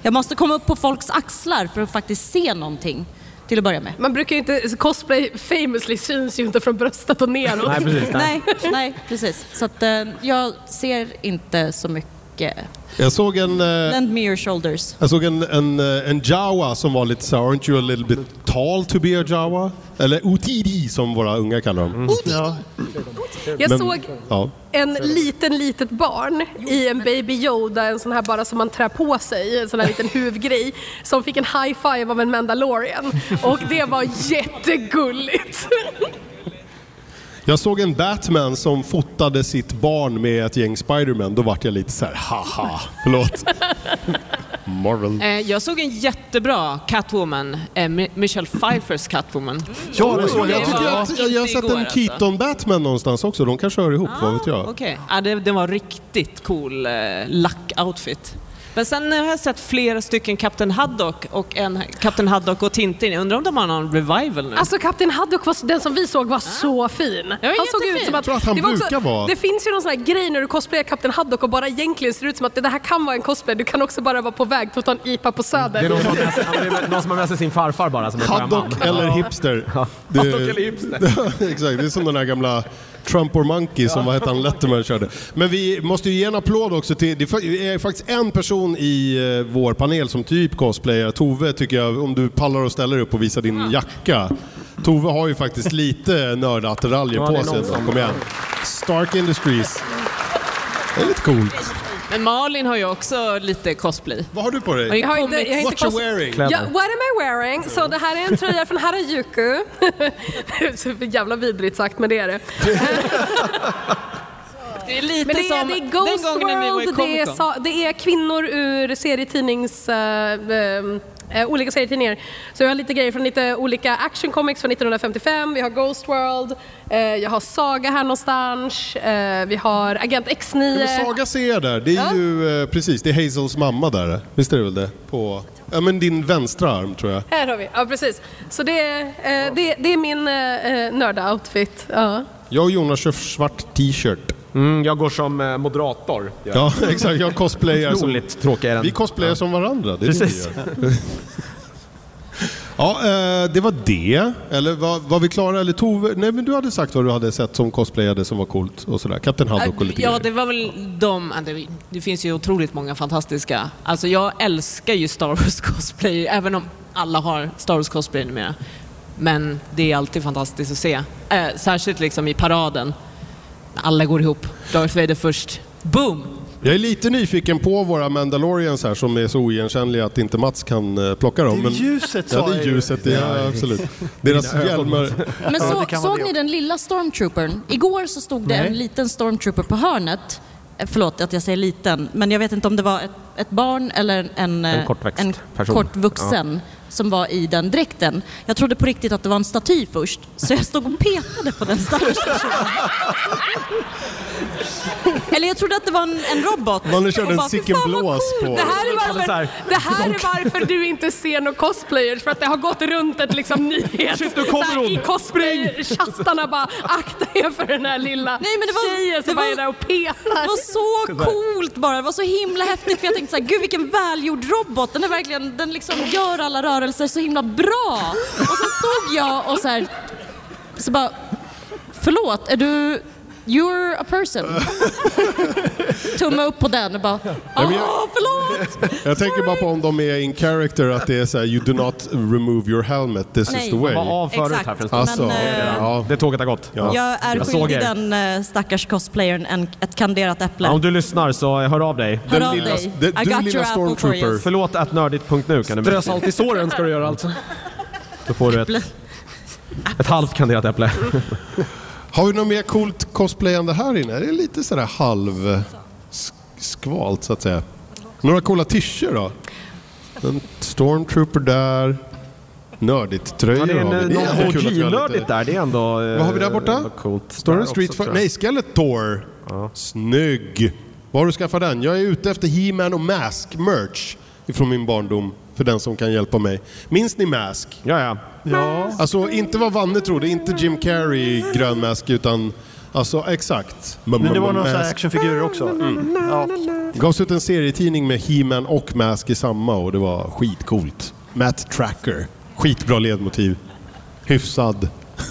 Jag måste komma upp på folks axlar för att faktiskt se någonting till att börja med. Man brukar ju inte, cosplay famously syns ju inte från bröstet och neråt. Nej, precis. Nej. Nej, nej, precis. Så att, eh, jag ser inte så mycket. Jag såg en... eh, Lend me your shoulders. Jag såg en, en, eh, en Jawa som var lite så här, aren't you a little bit tall to be a Jawa? Eller OTD som våra unga kallar dem. Ja. Jag Men- såg Ja. en liten, litet barn i en Baby Yoda, en sån här bara som man trär på sig, en sån här liten huvgrej, som fick en high five av en Mandalorian. Och det var jättegulligt. Jag såg en Batman som fotade sitt barn med ett gäng Spiderman. Då vart jag lite så här, haha, förlåt. Marvel. Eh, Jag såg en jättebra Catwoman, eh, Mi- Michelle Pfeiffers Catwoman. Mm. Ja, det såg Jag jag. tycker att jag, jag har sett alltså. en Keaton-Batman någonstans också. De kanske hör ihop, vad vet Ah, jag. Okej, ja, det, det var riktigt cool eh, lack-outfit. Men sen eh, har jag sett flera stycken Captain Haddock och en Captain Haddock och Tintin. Jag undrar om de har någon revival nu? Alltså Kapten Haddock, var, den som vi såg, var Ah. så fin. Ja, han såg jättefin. ut som att... Jag tror att han var brukar vara- Det finns ju någon sån här grej när du cosplayar Kapten Haddock och bara egentligen ser ut som att det här kan vara en cosplay, du kan också bara vara på väg för att ta en IPA på Söder. Det är någon som, har med sig- ja, men det är någon som har med sig sin farfar bara som är sjöman. Haddock eller hipster. Det, Haddock eller hipster. Exakt, det är som den här gamla Trump or Monkey som vad hette han Letterman körde. Men vi måste ju ge en applåd också till, det är faktiskt en person i eh, vår panel som typ cosplayar. Tove tycker jag, om du pallar och ställer dig upp och visar Ah. din jacka. Tove har ju faktiskt lite nördattiraljer det är på någon sig. som- Kom igen. Stark Industries. Det är lite coolt. Men Malin har ju också lite cosplay. Vad har du på dig? Jag har inte- jag har inte What you cos- wearing? Ja, what am I wearing? Så det här är en tröja från Harajuku. så jävla vidrigt sagt, men det är det. Det är lite Men det är, som det är Ghost den gången när vi var i World, det Comic är, Con. sa- det är kvinnor ur serietidnings... eh, ehm, eh, olika serietidningar. Så jag har lite grejer från lite olika action comics från 1955, vi har Ghost World, eh, jag har Saga här någonstans, eh, vi har Agent X9. Ja, men Saga ser jag där. Det är eh, Ja. ju eh, precis, det är Hazels mamma där. Visst är det väl det? På, ja men din vänstra arm tror jag. Här har vi, ja precis. Så det, är, eh, det, det är min eh, nörda-outfit. Ja. Jag och Jonas kör svart t-shirt. Mm, jag går som eh, moderator. Ja. Ja exakt, jag cosplayar som... Otroligt tråkig är den. Vi cosplayar som varandra, det är Precis. det vi gör. Ja, eh, det var det. Eller var, var vi klara? Eller Tove? Nej, men du hade sagt vad du hade sett som cosplayade som var coolt och sådär. Kapten Haddock och lite Äh, Ja, grejer. det var väl de... äh, det- Det finns ju otroligt många fantastiska. Alltså jag älskar ju Star Wars-cosplay, även om alla har Star Wars-cosplay numera. Men det är alltid fantastiskt att se. Eh, särskilt liksom i paraden. Alla går ihop. Darth Vader först. Boom! Jag är lite nyfiken på våra Mandalorians här som är så oigenkännliga att inte Mats kan eh, plocka dem. Det är men- ljuset, Ja, sa det är jag ju. ljuset. Det är, absolut. Deras hjälmar... Men Ja, så, det kan vara såg det. ni den lilla stormtroopern? Igår så stod det en liten stormtrooper på hörnet. Eh, Förlåt att jag säger liten, men jag vet inte om det var ett, ett barn eller en, eh, En kortväxt en person. kortvuxen som var i den dräkten. Jag trodde på riktigt att det var en staty först, så jag stod och petade på den stackars personen. Eller jag trodde att det var en, en robot. Man körde Och en bara, "Fy sicken fan, vad blås coolt på- Det här, är Eller så varför, här. det här är varför du inte ser några cosplayers, för att det har gått runt ett liksom nyhet Shit, nu kommer så här, hon. i cosplaychattarna bara akta er för den här lilla Nej, men det var- tjejen som det var- bara är där och Det petar. var så coolt bara, det var så himla häftigt för jag tänkte så här, gud vilken välgjord robot, den är verkligen, den liksom gör alla rörelser så himla bra. Och sen stod jag och så här, så bara, förlåt, är du, you're a person? Tumme upp på den och bara, åh men jag- förlåt! Jag tänker bara på om de är in character, att det är så här, you do not remove your helmet, this is Nej. the way. Var av förut här Exakt. för en stund. Alltså, Men, eh, ja. Det tåget har gått. Ja. Jag är Jag såg skyldig er. den eh, stackars cosplayern en, ett kanderat äpple. Ja, Om du lyssnar så eh, hör av dig. Hör den av lilla- dig. det- I du got lilla your apple for you. stormtrooper. Förlåt att nördigt.nu kan du Strö salt i såren ska du göra alltså. Då får du ett, ett halvt kanderat äpple. Har vi något mer coolt cosplayande här inne? Det är lite sådär halv sk- skvalt så att säga. Några coola tischer då? En stormtrooper där. Nördigt tröjor Ja, det är har vi. en- Det någon är jävligt kul att vi har HG-nördigt lite- där. Det är ändå... eh, Vad har vi där borta? något Coolt. Står Där det Street också, tror Fighter? jag. Nej, Skeletor. Snygg. Var har du skaffat den? Jag är ute efter He-Man och Mask-merch ifrån min barndom, för den som kan hjälpa mig. Minns ni Mask? Ja, ja. Ja. Alltså inte vad Vanne trodde, inte Jim Carrey i grön mask utan alltså exakt. Men det var några så här Mask. actionfigurer också. Mm. Mm. Ja. Det gavs ut en serietidning med He-Man och Mask i samma och det var skitcoolt. Matt Tracker. Skitbra ledmotiv. Hyfsad.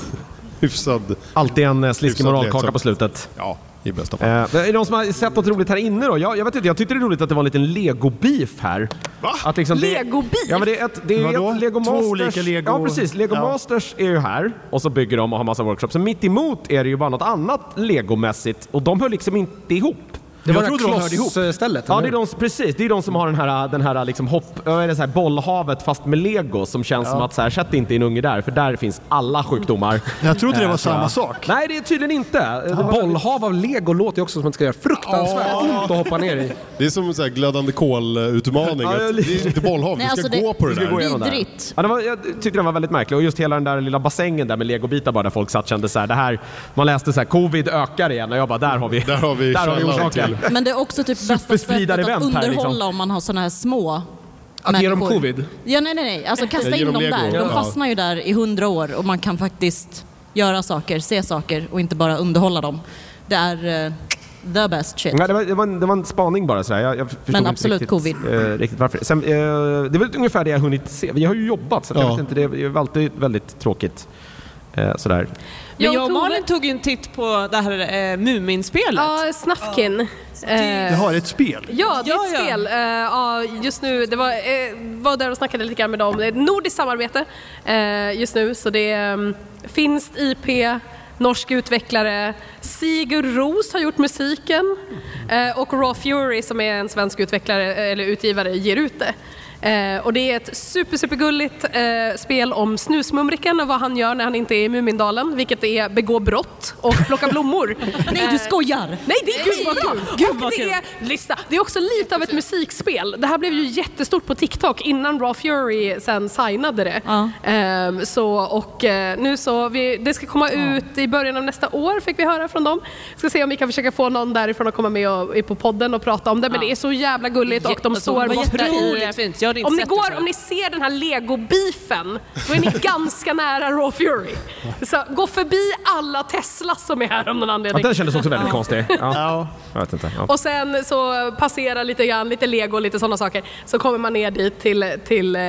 Hyfsad. Alltid en eh, sliskig Hyfsat moralkaka leksak. på slutet. Ja, i bästa fall. Eh, är det någon som har sett något roligt här inne då? Jag, jag vet inte, jag tyckte det är roligt att det var en liten legobeef här. Va? Att liksom det- Legobeef? Ja men det är ett, det är Vadå? ett Lego Två Masters. olika Lego- Ja precis, Lego Ja. Masters är ju här och så bygger de och har massa workshops. Men mitt emot är det ju bara något annat legomässigt och de hör liksom inte ihop. Det Jag var det trodde de hörde ihop. klossstället. Ja, eller det är hur? de, precis. Det är de som har den här, den här, liksom hopp, vad är det så här bollhavet fast med lego som känns som att så här, sätt inte in unge där för där finns alla sjukdomar. Jag trodde det var samma Ja. sak. Nej, det är tydligen inte. Det var- Bollhav av lego låter ju också som att det ska göra fruktansvärt ont att hoppa ner i. Det är som en sån här glödande kol-utmaning. Ja, att jag- det är inte bollhav, Nej, du ska alltså det- gå på det du ska där. gå gå igenom där. Vidrigt. Ja, det var, jag tyckte den var väldigt märklig och just hela den där lilla bassängen där med legobitar bara där folk satt kände så här, det här, man läste så här, covid ökar igen och jag bara, där har vi, Där har vi där har vi källan orsaken. till. Men det är också typ bästa sättet Superspridare att event här, underhålla liksom. om man har sådana här små Att ge dem människor. covid? Ja, nej, nej, nej. Alltså kasta Ja, ge in dem dem lego. där. De Ja. fastnar ju där i hundra år och man kan faktiskt göra saker, se saker och inte bara underhålla dem. Det är eh, the best shit. Nej, det, var, det, var en, det var en spaning bara sådär. Jag, jag förstod inte absolut riktigt, covid. eh, riktigt varför. Sen, eh, det är väl ungefär det jag hunnit se. Vi har ju jobbat så att jag Ja. vet inte, det är ju alltid väldigt tråkigt. Eh, sådär. Men Jag jag och tog- Malin tog ju en titt på det här eh, Muminspelet. Ja, Snafkin. Eh, Det har ett spel. Ja, det är Ja, ett ja. spel. Eh, ja, just nu, det var, eh, var där och snackade lite grann med dem. Det är ett nordiskt samarbete eh, just nu, så det är um, finskt IP, norsk utvecklare, Sigur Ros har gjort musiken eh, och Raw Fury som är en svensk utvecklare, eh, eller utgivare, ger ut det. Eh, och det är ett super, supergulligt eh, spel om Snusmumriken och vad han gör när han inte är i Mumindalen, vilket är begå brott och plocka blommor. Nej, du Eh, skojar! Nej, det är Gud, vad skitkul! kul. Gud, Gud, vad det kul. är, lyssna, det är också lite av ett musikspel. Det här blev ju jättestort på TikTok innan Raw Fury sen signade det. Ja. Ehm, så, och eh, nu så, vi, det ska komma ut i början av nästa år fick vi höra från dem. Ska se om vi kan försöka få någon därifrån att komma med och, på podden och prata om det. Men Ja. det är så jävla gulligt och de Jätte- står det var borta i... jätteroligt fint. Jag hade inte Om ni sett det går, förut. om ni ser den här Lego-beefen, då är ni ganska nära Raw Fury. Så gå förbi alla Teslas som är här om någon Ja, anledning. den kändes också väldigt konstig. Ja, Ja. jag vet inte. Ja. Och sen så passerar lite grann, lite lego och lite sådana saker. Så kommer man ner dit till, till eh,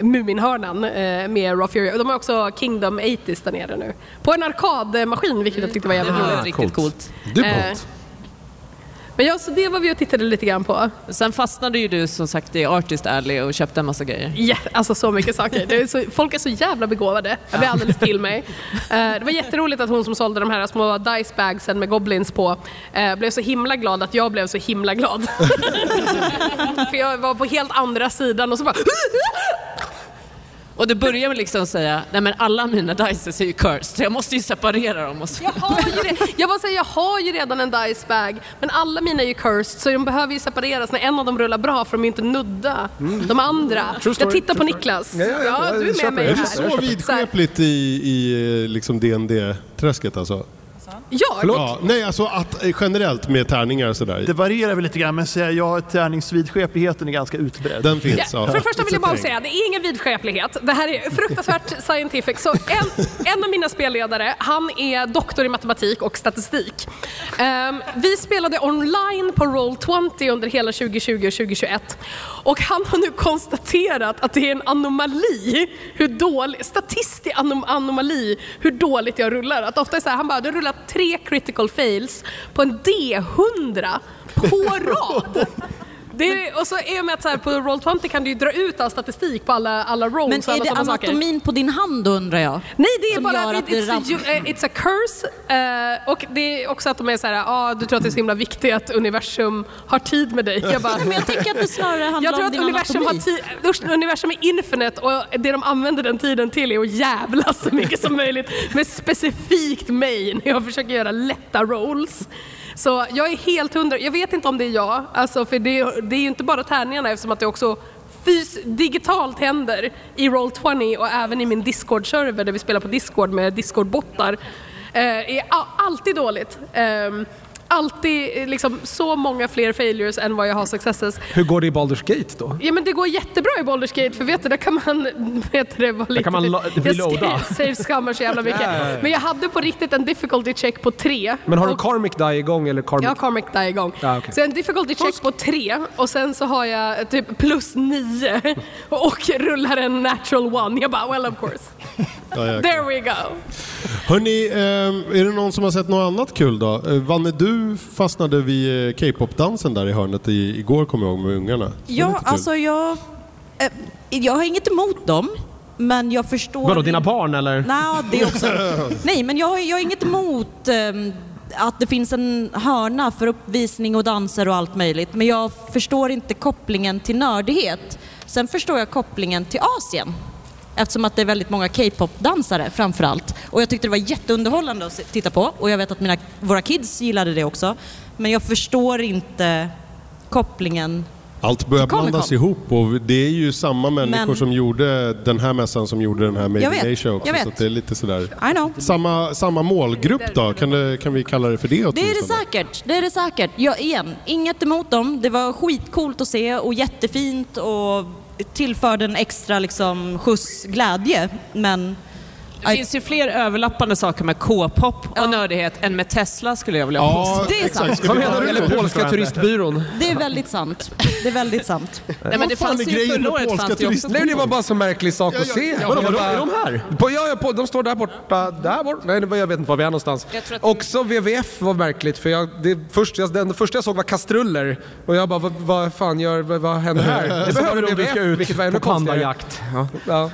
Muminhörnan eh, med Raw Fury. Och de har också Kingdom 80s där nere nu. På en arkadmaskin, vilket jag tyckte var Det jävligt var roligt. riktigt Ah, coolt. Äh, Du Eh, Pont. Men ja, så det var vi och tittade lite grann på. Sen fastnade ju du som sagt i Artist Alley och köpte en massa grejer. Ja, alltså så mycket saker. Det är så, folk är så jävla begåvade. Jag blir alldeles till mig. Eh, det var jätteroligt att hon som sålde de här små dice bagsen med goblins på eh, blev så himla glad att jag blev så himla glad. För jag var på helt andra sidan och så bara Och du börjar med liksom säga, nej men alla mina dices är ju cursed, så jag måste ju separera dem. Och så. Jag har ju det. Jag bara säger, jag har ju redan en dice bag, men alla mina är ju cursed så de behöver ju separeras. När en av dem rullar bra får de ju inte nudda Mm. de andra. Jag tittar på Niklas. Ja, ja, ja, jag du är köper med mig det. Är det här. så Så här, vidskepligt i, i eh, liksom D&D-träsket alltså? jag? Ja, nej, alltså att, eh, generellt med tärningar och sådär. Det varierar väl lite grann, men säga, ja, tärningsvidskepligheten är ganska utbredd. Den finns. Ja, ja. för det första vill jag bara It's a thing. säga, det är ingen vidskeplighet. Det här är fruktansvärt scientific. Så en, en av mina spelledare, han är doktor i matematik och statistik. Ehm, vi spelade online på Roll20 under hela 2020 och 2021. Och han har nu konstaterat att det är en anomali, hur dålig, statistisk anom anomali, hur dåligt jag rullar. Att ofta är så här, han bara, du rullar tre critical fails på en D100 på rad. Det är, och så är med att så här, på Roll20 kan du ju dra ut all statistik på alla, alla rolls Men och är alla det sådana saker. anatomin på din hand då, undrar jag? Nej, det är som bara gör det, att det it's, a, ramlar? ju- eh, it's a curse. eh, och det är också att de är så här, ah, du tror att det är så himla viktigt att universum har tid med dig. Jag bara, Men jag tänker att det snarare handlar jag tror om att din universum, har anatomi. ti- usch, universum är infinite och det de använder den tiden till är att jävla så mycket som möjligt med specifikt mig när jag försöker göra lätta rolls. Så jag är helt hundra, jag vet inte om det är jag, alltså för det, det är ju inte bara tärningarna eftersom att det också fys- digitalt händer i Roll20 och även i min Discord-server där vi spelar på Discord med Discord-bottar. Eh, är a- alltid dåligt. Ehm, alltid eh, liksom, så många fler failures än vad jag har successes. Hur går det i Baldur's Gate då? Ja men det går jättebra i Baldur's Gate för vet du, där kan man... Vet du, det var lite, typ- kan man lo- reloada. Jag save-scammar så jävla mycket. Men jag hade på riktigt en difficulty check på tre. Men har du Och- Karmic Die igång eller Karmic... jag har karmic die igång. Ja, okej. Så en difficulty check på tre och sen så har jag typ plus nio och rullar en natural one. Jag bara well of course. There we go. Hörni, eh, är det någon som har sett något annat kul då? Eh, Vanne, du fastnade vid eh, K-pop-dansen där i hörnet i, igår kommer jag ihåg med ungarna. Det var lite Ja, kul. alltså jag... Eh, jag har inget emot dem, men jag förstår... Vadå, dina barn eller? Nej, det också. Nej, men jag, har- jag har inget emot ehm, att det finns en hörna för uppvisning och danser och allt möjligt, men jag förstår inte kopplingen till nördighet. Sen förstår jag kopplingen till Asien, eftersom att det är väldigt många K-pop-dansare framför allt. Och jag tyckte det var jätteunderhållande att se- titta på och jag vet att mina, våra kids gillade det också, men jag förstår inte kopplingen Allt börjar Till Comic-Con. blandas ihop och det är ju samma människor Men- som gjorde den här mässan som gjorde den här Made Jag in vet, Asia också. jag vet. Så att det är lite sådär. I know. Samma, samma målgrupp då? Kan, det, kan vi kalla det för det Det är det åtminstone? säkert. Det är det säkert. Ja, igen, inget emot dem. Det var skitcoolt att se och jättefint och tillförde en extra liksom, skjuts glädje. Men Det finns ju fler överlappande saker med K-pop och nördighet än med Tesla skulle jag vilja påstå. Ja, Det är sant. exakt. Ska Vad vi menar ta du? det Eller då? polska turistbyrån? det är väldigt sant. Det är väldigt sant. Nej, men det fan fanns är ju grejen förra med året polska fanns det ju också. turister? Nej, det var bara en så märklig sak att se. vadå, Jag vadå, bara- är de här? På, ja, ja, på, de står där borta. Där borta. Nej, det var- jag vet inte var vi är någonstans. Jag tror att- Också VVF var märkligt, för jag, det, först, jag, den första jag såg var kastruller. Och jag bara, vad, vad fan gör, vad, vad händer här? Det Så behöver var du om du ska ut vilket var ännu på konstigare. pandajakt. Ja.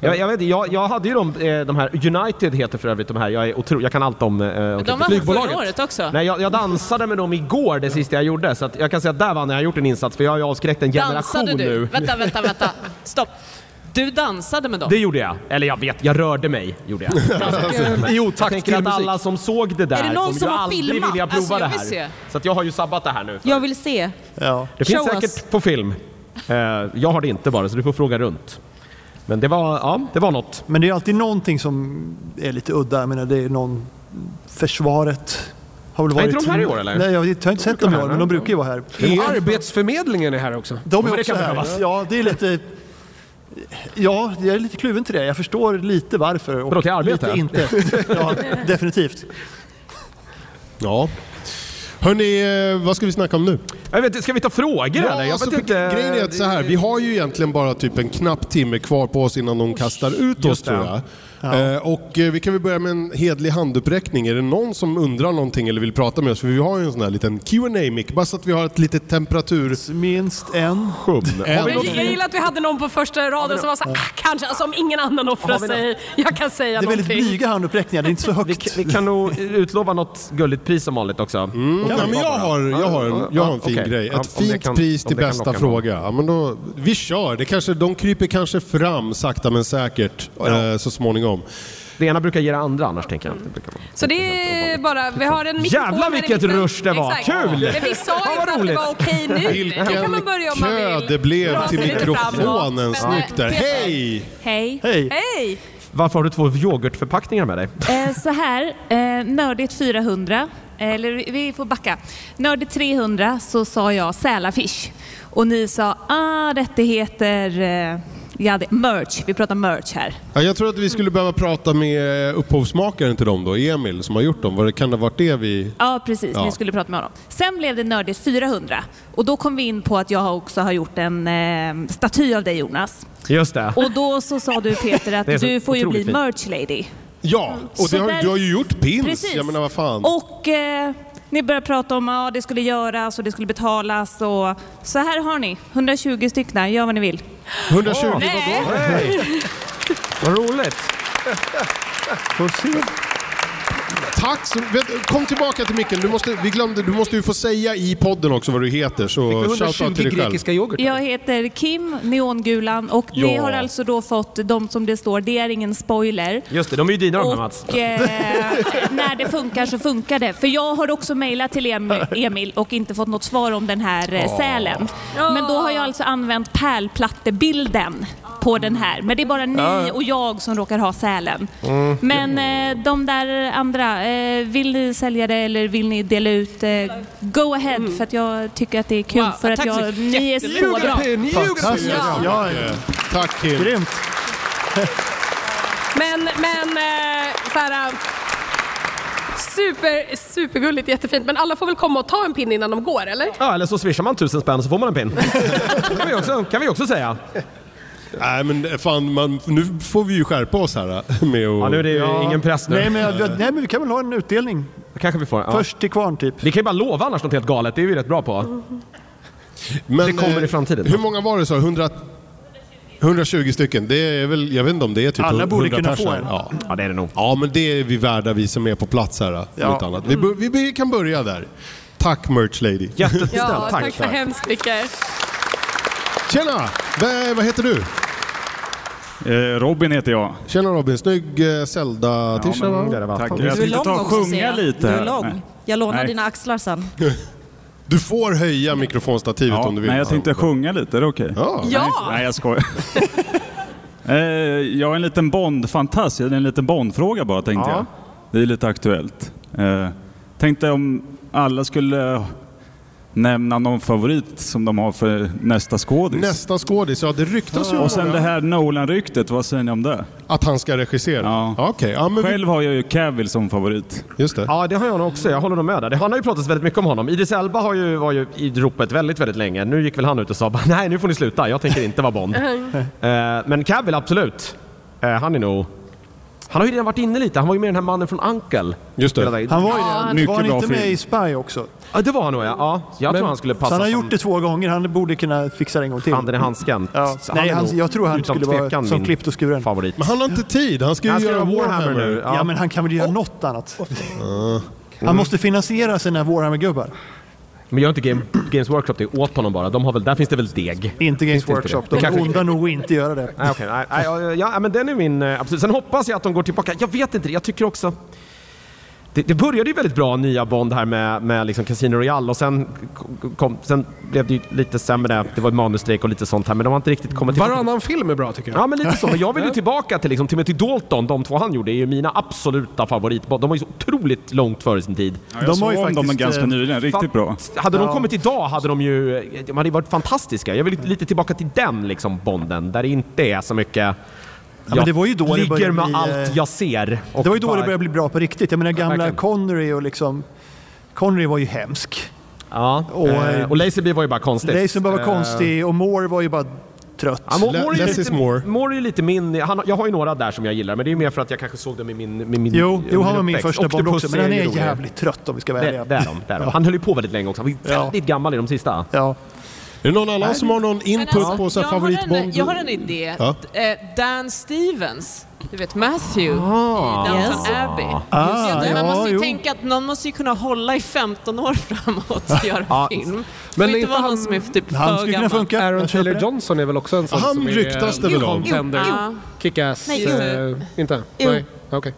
Jag, jag, vet, inte, jag, jag hade ju de, eh, de här, United heter för övrigt de här, jag, är otro, jag kan allt om, eh, om De var här förra året också. Nej, jag, jag dansade med dem igår, det sista jag gjorde, så att jag kan säga att där vann jag, jag har gjort en insats, för jag har ju avskräckt en generation Dansade du? nu. Vänta, vänta, vänta. Stopp. Du dansade med dem? Det gjorde jag. Eller jag vet, jag rörde mig. Gjorde jag. I otakt tänker till att musik. alla som såg det där Är det någon kommer som ju har aldrig filmat? vilja prova Alltså, jag det vill här. se. Så att jag har ju sabbat det här nu. Jag vill se. Ja. Det finns Show us. säkert på film. Eh, jag har det inte bara, så du får fråga runt. Men det var, ja, det var något. Men det är alltid någonting som är lite udda. Jag menar, det är någon... Försvaret har väl Är varit... inte de här i år, eller? Nej, jag, har inte- jag har inte sett dem i år, men de brukar ju vara här. Arbetsförmedlingen är här också. De men är det också kan här. behövas. Ja, det är lite... Ja, jag är lite kluven till det. Jag förstår lite varför. och Vadå, till arbete? Lite inte. Ja, definitivt. Ja. Hörni, eh, vad ska vi snacka om nu? Jag vet, inte, ska vi ta frågor eller? Jag alltså, vet för inte. Grejen är att så här, vi har ju egentligen bara typ en knapp timme kvar på oss innan de kastar ut oss Just det. tror jag. Eh, och eh, vi kan väl börja med en hedlig handuppräckning. Är det någon som undrar någonting eller vill prata med oss? För vi har ju en sån här liten qa mick bara så att vi har ett litet temperatur... Minst en. Har vi Jag något- jag gillar att vi hade någon på första raden som var såhär, ah, kanske, alltså om ingen annan offrar Har vi nå- sig, jag kan säga Det är väldigt någonting. blyga handuppräckningar. Det är inte så Vi, högt. vi kan nog utlova något gulligt pris som vanligt också. Mm. Ja, men jag, har, jag, har en, jag har en fin Okej. grej. Ja, om Ett det fint kan- pris om till det kan bästa locka någon. fråga. Ja, men då, vi kör. Det kanske, de kryper kanske fram sakta men säkert eh, så småningom. Mm. Det ena brukar ge det andra annars, tänker jag. Det brukar vara. Så det är bara, vi har en mikrofon Jävlar här i vilket mitten. rush det var. Kul! Men vi sa Fan, vad inte att det roligt. var okej nu. Vilken Då kan man börja om man kö vill. det blev Dra till sig lite framåt. Men, mikrofonen. Snyggt där. eh, Peter, Hej! Hej. Hej. Hej! Varför har du två yoghurtförpackningar med dig? Eh, så här, eh, nördigt 400, eller vi- vi får backa. Nördigt 300 så sa jag sälafish och ni sa ah, rättigheter, eh, ja, det, merch, vi pratar merch här. Ja, jag tror att vi skulle behöva prata med upphovsmakaren till dem då, Emil, som har gjort dem. Vad det- Kan det ha varit det vi... Ja, precis. Ja. Ni skulle prata med honom. Sen blev det Nördigt 400 och då kom vi in på att jag också har gjort en eh, staty av dig Jonas. Just det. Och då så sa du Peter Det är att så du får ju bli otroligt fint. merch lady. Ja, och Mm. Så det har, där- du har ju gjort pins. Precis. Jag menar, vad fan. Och eh, ni började prata om att det skulle göras och det skulle betalas och så här har ni, 120 stycken, gör vad ni vill. 120 Vad roligt. Tack så vet- Kom tillbaka till micken. Du måste, vi glömde, du måste ju få säga i podden också vad du heter. Så shoutout till 120 dig själv. grekiska yoghurt. Jag heter Kim, neongulan och ni Ja. har alltså då fått de som det står, det är ingen spoiler. Just det, de är ju dina de här Mats. Och eh, när det funkar så funkar det. För jag har också mejlat till Em- Emil och inte fått något svar om den här eh, sälen. Men då har jag alltså använt pärlplattebilden på den här. Men det är bara ni Ja. och jag som råkar ha sälen. Mm. Men eh, de där andra, eh, vill ni sälja det eller vill ni dela ut? Eh, go ahead, för att jag tycker att det är kul. Wow, för att tack så jag, ni är jättemycket. så bra. Ljugpinn, ljugpinn. Fantastiskt. Ja. Ja, Tack Kim. Grymt. Men, men eh, så här, eh, super, supergulligt, jättefint. Men alla får väl komma och ta en pinne innan de går, eller? Ja, eller så swishar man tusen spänn så får man en pin. Det kan vi också, kan vi också säga. Nej men eh, fan, man, nu får vi ju skärpa oss här. äh, Med och... Ja, nu är det ju ingen press nu. Nej men, jag, nej, men vi kan väl ha en utdelning. Kanske vi får, ja. Först till kvarn typ. Vi kan ju bara lova annars något helt galet, det är vi rätt bra på. Men, det kommer eh, i framtiden. Hur många var det så? 100... 120 stycken. Det är väl, jag vet inte om det är typ Alla borde 100 kunna pers få här. en. Ja. ja, det är det nog. Ja, men det är vi värda, vi som är på plats här. om Ja. inte annat. Vi, bör- vi, vi kan börja där. Tack merch lady. Ja, tack, så hemskt mycket. Tjena! Vä- vad heter du? Eh, Robin heter jag. Tjena Robin, snygg eh, Zelda-tisha Ja, men- va? Tack. Jag Du är tänkte ta lång och också, sjunga ser jag. lite Du är här. lång. Nej. Jag lånar Nej. dina axlar sen. Du får höja mikrofonstativet Ja, om du vill. nej, jag tänkte sjunga lite, är det okej? Ja. Nej, nej, jag skojar. Eh, jag är en liten Bond-fantast, det är en liten Bond-fråga bara tänkte Ja. jag. Det är lite aktuellt. Eh, tänkte om alla skulle nämna någon favorit som de har för nästa skådis. Nästa skådis, ja det ryktas ju om Och sen det. det här Nolan-ryktet, vad säger ni om det? Att han ska regissera? Ja. Själv har jag ju Cavill som favorit. Just det. Ja, det har jag nog också. Jag håller nog med där. Det- Han har ju pratats väldigt mycket om honom. Idris Elba har ju, var ju i ropet väldigt, väldigt länge. Nu gick väl han ut och sa bara, nej nu får ni sluta, jag tänker inte vara Bond. Eh, men Cavill, absolut. Eh, han är nog... Han har ju redan varit inne lite. Han var ju med i den här mannen från Uncle. Just det. Han var ju det. var han inte med i Spy också? Ja, det var han nog ja. ja jag Men- tror han skulle passa Så han har som- gjort det två gånger. Han borde kunna fixa det en gång till. Handen i handsken. Ja. Så Nej, är han, nog jag tror han utan skulle vara tvekan som min klippt och skuren. Favorit. Men han har inte tid, han ska ju Han ska göra göra Warhammer, Warhammer nu. Ja. men han kan väl göra något annat. Ja. Mm. Han måste finansiera sina Warhammer-gubbar. Men gör inte game, Games Workshop det åt honom bara. De har väl, där finns det väl deg? Inte Finns Games det Workshop. det? De är Kanske- onda nog att inte göra det. Nej, okej. nej, nej, ja, ja, men den är min... eh, Absolut. Sen hoppas jag att de går tillbaka. Jag vet inte, jag tycker också... Det, det började ju väldigt bra, nya Bond här med, med liksom Casino Royale och sen, kom, sen blev det ju lite sämre. Det var manusstrejk och lite sånt här, men de har inte riktigt kommit tillbaka. Varannan film är bra tycker jag. typ Ja, men lite så. Men jag vill ju tillbaka till liksom, Timothy Dalton, de två han gjorde, är ju mina absoluta favoritbond. De var ju så otroligt långt före sin tid. Ja, jag De såg har ju om dem faktiskt, ganska eh, nyligen. Riktigt bra. Hade de Ja. kommit idag hade de ju de hade ju varit fantastiska. Jag vill ju lite tillbaka till den liksom, Bonden, där det inte är så mycket men det var ju då det ligger började med bli, allt eh, jag ser. och det var ju då bara- det började bli bra på riktigt. Jag menar gamla verkligen. Connery och liksom... Connery var ju hemsk. Ja, Och, och, eh, och Lazenby var ju bara konstigt. Lazenby var Eh, konstig och Moore var ju bara trött. Ja, Moore- Moore är ju lite, Moore är ju lite min... Han, jag har ju några där som jag gillar, men det är ju mer för att jag kanske såg dem i min... Med min Jo, jo, han min var min uppväxt. första Bond Octopus också, men han är ju rolig. jävligt trött om vi ska vara Det- ärliga. det är de, det är de. Han höll ju på väldigt länge också. Han var ju väldigt gammal i de sista. Ja. Är det någon annan som har någon input Men alltså, på så här jag har en- favoritbond? Jag har en idé. Ja. Eh, Dan Stevens, du vet Matthew Ah. i Downton Yes. Abbey. Ah, jag, man ja, måste ju jo. tänka att någon måste ju kunna hålla i 15 år framåt och göra Ja. film. Det Men får är inte inte vara någon han- som är typ han för skulle kunna gammal. funka. Aaron Jag köper Taylor det. Johnson är väl också en sån Han som är- ryktas det Jo, väl om. contender. Jo, Ja. Kick-ass. Nej, just det. eh, inte? Jo. Nej, okej.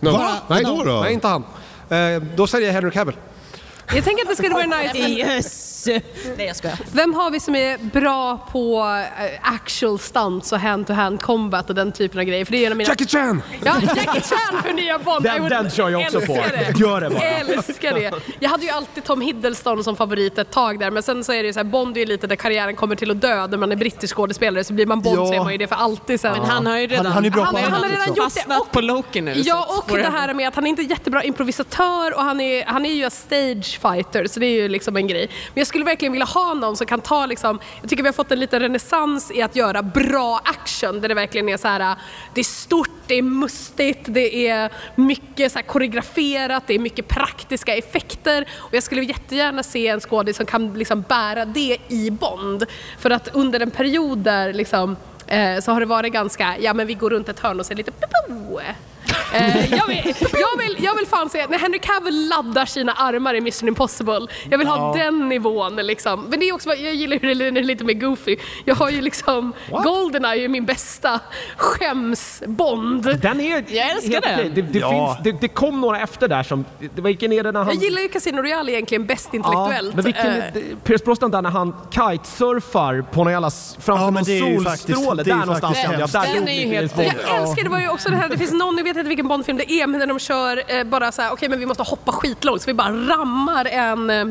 No. Va? Nej, Vadå då? Nej, inte han. Eh, då säger jag Henry Cavill. Jag tänker att det skulle vara nice. men- Yes. Nej, jag skojar. Vem har vi som är bra på eh, actual stunts och hand-to-hand combat och den typen av grejer? För det är ju en av mina... Jackie Chan! Ja, Jackie Chan för nya Bond! Den- I would den kör jag också älska på. Det. Gör det bara. Älskar det. Jag hade ju alltid Tom Hiddleston som favorit ett tag där, men sen så är det ju så här, Bond är ju lite där karriären kommer till att dö. När man är brittisk skådespelare så blir man Bond Ja. så är man ju det för alltid sen. Men han har ju redan, han, han har liksom. redan gjort det fastnat på Loki nu. liksom. så Ja, att- och det här med att han inte är jättebra improvisatör och han är, han är ju en stage fighter, så det är ju liksom en grej. Men jag skulle verkligen vilja ha någon som kan ta liksom, jag tycker vi har fått en liten renässans i att göra bra action där det verkligen är så här, det är stort, det är mustigt, det är mycket så här koreograferat, det är mycket praktiska effekter och jag skulle jättegärna se en skådis som kan liksom bära det i Bond. För att under en period där liksom eh, så har det varit ganska, ja men vi går runt ett hörn och ser lite popo. Eh, jag, vill, jag, vill, jag vill fan se när Henry Cavill laddar sina armar i Mission Impossible. Jag vill ha Ja. den nivån liksom. Men det är också, vad- jag gillar hur den är lite mer goofy. Jag har ju liksom, Goldeneye är min bästa skämsbond. Den är, jag älskar Helt okej. den. Det, det, finns, det, det kom några efter där som... det- Vilken är det när han... Jag gillar ju Casino Royale egentligen bäst Ja, intellektuellt. men vilken, Eh, det- Pierce Brosnan där när han kitesurfar på någon jävla, s- framför någon det är ju solstråle. faktiskt- det Där är ju någonstans faktiskt kände jag. hemskt. Där Den gjorde är ju vi helt- det. Jag älskar det var ju också det här, det finns någon, jag vet inte vilken Bondfilm det är, men när de kör eh, bara så här, okej men vi måste hoppa skitlångt så vi bara rammar en... Eh,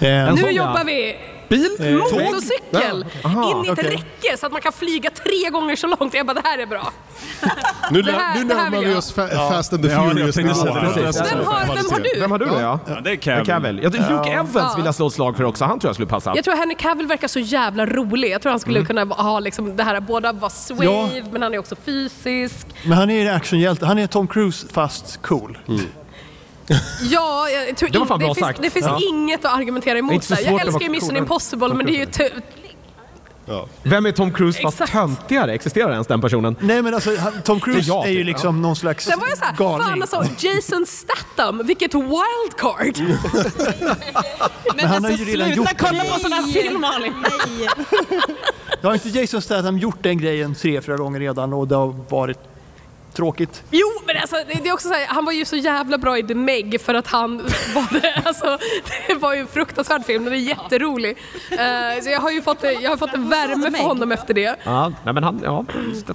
En nu sån, ja. jobbar vi! Bil? Motorcykel! Ja. Aha, in i ett okej. räcke så att man kan flyga tre gånger så långt. Jag bara, det här är bra. Nu, Det här- nu det här närmar vill vi jag. oss fa- Ja. Fast and the Ja, jag Furious tänkte nivå. säga det. Precis. Vem har- vem har du? Vem har du då, ja? Ja, det är Det Cavill. kan jag väl. Jag, Luke Ja. Evans Ja. vill jag slå ett slag för också. Han tror jag skulle passa. Jag tror Henry Cavill verkar så jävla rolig. Jag tror han skulle Mm. kunna ha liksom det här, båda var swave, Ja. men han är också fysisk. Men han är en actionhjälte. Han är Tom Cruise fast cool. Mm. Ja, jag tror Det var in- fan bra det finns, sagt. det finns Ja. inget att argumentera Det är emot inte så där. Jag svårt att älskar ju vara Mission cool. Impossible, men det är ju typ- tu- Vem är Tom Cruise fast töntigare? Existerar ens den personen? Nej men alltså han- Tom Cruise jag typ. är ju tycker, liksom någon slags Sen var jag såhär, galning. fan alltså Jason Statham, vilket wildcard! Men han har ju redan gjort det. Malin! Jag har inte Jason Statham gjort den grejen tre, fyra gånger redan och det har varit tråkigt. Jo, men alltså, det det är också så här, han var ju så jävla bra i The Meg för att han var det, alltså, det var ju en fruktansvärd film, den är jätterolig. Eh, så jag har ju fått, jag har fått en värme för honom efter det. Ja, nej, men han, ja,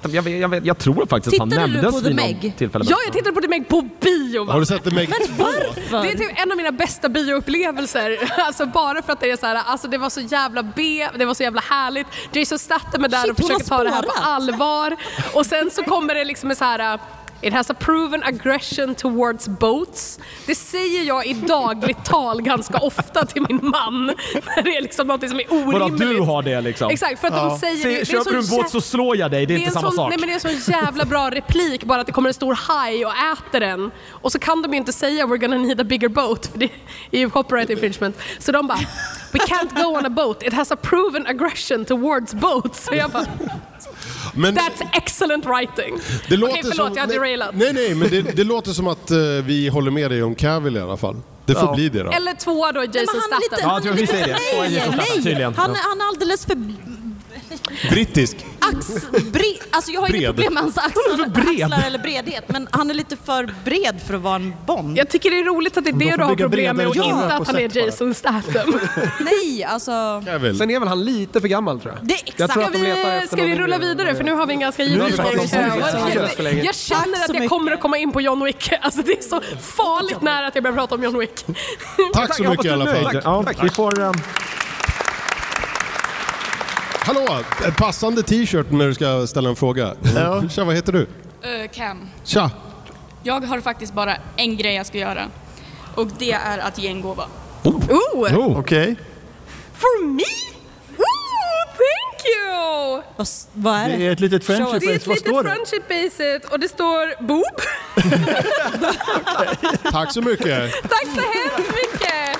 jag, jag, jag, jag tror faktiskt att han nämndes vid något tillfälle. Ja, jag tittade på The Meg på bio. va? Har du sett The Meg Men två? varför? Det är typ en av mina bästa bioupplevelser. Alltså bara för att det är så här, alltså det var så jävla B, det var så jävla härligt. Jason Statham är där och Shit, hon har försöker ta det här på spårat. allvar. Och sen så kommer det liksom en så här... It has a proven aggression towards boats. Det säger jag i dagligt tal ganska ofta till min man. När det är liksom något som är Vadå, orimligt. du har det liksom? Exakt, för att de säger det- det är köper så du en båt jä- så slår jag dig, det är inte en samma sån, sak. Nej men det är en sån jävla bra replik bara att det kommer en stor haj och äter den. Och så kan de ju inte säga “We're gonna need a bigger boat” för det är ju copyright infringement. Så de bara “We can't go on a boat, it has a proven aggression towards boats”. Så jag bara Men- “That's excellent writing”. Det låter Okej förlåt, som, jag har nej- derailat. Nej, nej, men det, det låter som att eh, vi håller med dig om Cavill i alla fall. Det får Ja. bli det då. Eller tvåa då, Jason han är lite- Statham. Ja, jag tror vi säger det. Tvåa är Jason Statham, tydligen. Han, Ja. är- han är alldeles för Brittisk. ax... Bre, alltså jag har inget Bred. problem med hans axlar, bred. axlar eller bredhet, men han är lite för bred för att vara en Bond. Jag tycker det är roligt att det är De det får du har bygga problem med och bredare inte dörrar att på han är set bara. Jason Statham. Nej, alltså... Sen är väl han lite för gammal tror jag. Det är exakt. Jag tror Ska att de letar vi, efter ska vi någon rulla mer- vidare? För nu har vi en ganska Nu given har vi pratat om Boris Johnson alldeles för länge. Jag känner att jag kommer att komma in på John Wick. Alltså det är så farligt nära att jag börjar prata om John Wick. Tack så Jag mycket hoppas du i är alla fall. nöjd. Ja, vi får... eh, Hallå! eh, Passande t-shirt när du ska ställa en fråga. Ja. Tja, vad heter du? Eh, Cam, Tja! jag har faktiskt bara en grej jag ska göra. Och det är att ge en gåva. Oh! Okej. For me? Ooh, thank you! Vad, vad är det? Det är ett litet friendship Det är ett base. Vad står det? litet friendship base eh, och det står boob. Tack så mycket. Tack så hemskt mycket!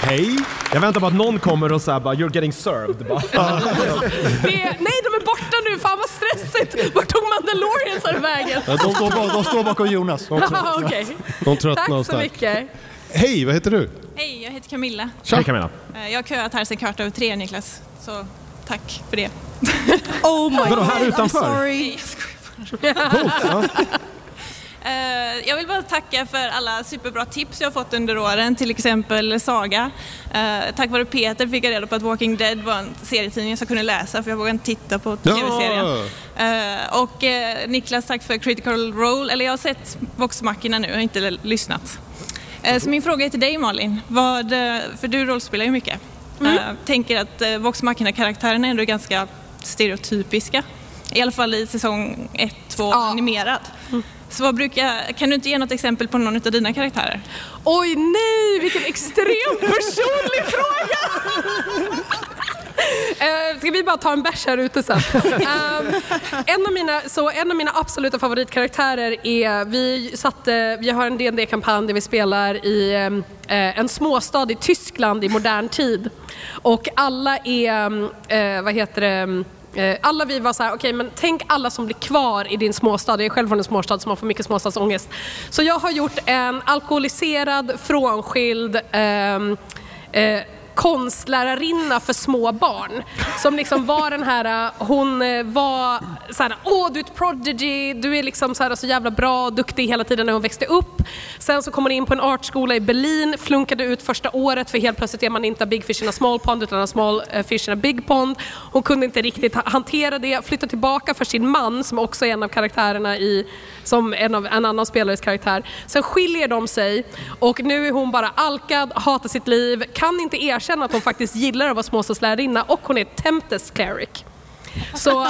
Hej! Jag väntar på att någon kommer och säger bara “You're getting served”. Bara. Det är, nej, de är borta nu. Fan vad stressigt. Vart tog Mandaloriansar vägen? Ja, de, står bak, de står bakom Jonas. Ah, okej. De tröttnar Tack så och stack. mycket. Hej, vad heter du? Hej, jag heter Camilla. Hej Camilla. Eh, Jag har köat här sedan kvart över tre, Niklas. Så tack för det. Oh my Vadå, här God, I'm utanför? sorry. Nej, jag skojar bara. Eh, Jag vill bara tacka för alla superbra tips jag har fått under åren, till exempel Saga. Eh, Tack vare Peter fick jag reda på att Walking Dead var en serietidning som jag kunde läsa för jag vågade inte titta på tv-serien. Eh, och eh, Niklas, tack för Critical Role. Eller jag har sett Voxmachina nu, jag har inte l- lyssnat. Eh, så min fråga är till dig Malin. Vad, eh, för du rollspelar ju mycket. Mm. Eh, tänker att eh, Vox Machina-karaktärerna ändå är ganska stereotypiska. I alla fall i säsong 1, 2, animerad. Mm. Så vad brukar, kan du inte ge något exempel på någon av dina karaktärer? Oj nej, vilken extremt personlig fråga! Eh, ska vi bara ta en bärs här ute sen? Ehm, en, av mina, så en av mina absoluta favoritkaraktärer är, vi, satte, vi har en dd kampanj där vi spelar i ehm, eh, en småstad i Tyskland i modern tid. Och alla är, ehm, eh, vad heter det, Eh, Alla vi var så här, okej men tänk alla som blir kvar i din småstad. Jag är själv från en småstad som har för mycket småstadsångest. Så jag har gjort en alkoholiserad, frånskild ehm, eh, konstlärarinna för små barn. Som liksom var den här, eh, hon eh, var så här, åh du är ett prodigy, du är liksom så, här, så jävla bra och duktig hela tiden när hon växte upp. Sen så kom hon in på en artskola i Berlin, flunkade ut första året för helt plötsligt är man inte a big fish in a small pond utan a small eh, fish in a big pond. Hon kunde inte riktigt ha- hantera det, flyttade tillbaka för sin man som också är en av karaktärerna i, som en, av, en annan spelares karaktär. Sen skiljer de sig och nu är hon bara alkad, hatar sitt liv, kan inte erkänna att hon faktiskt gillar att vara småstadslärarinna och hon är Tempest Cleric. Så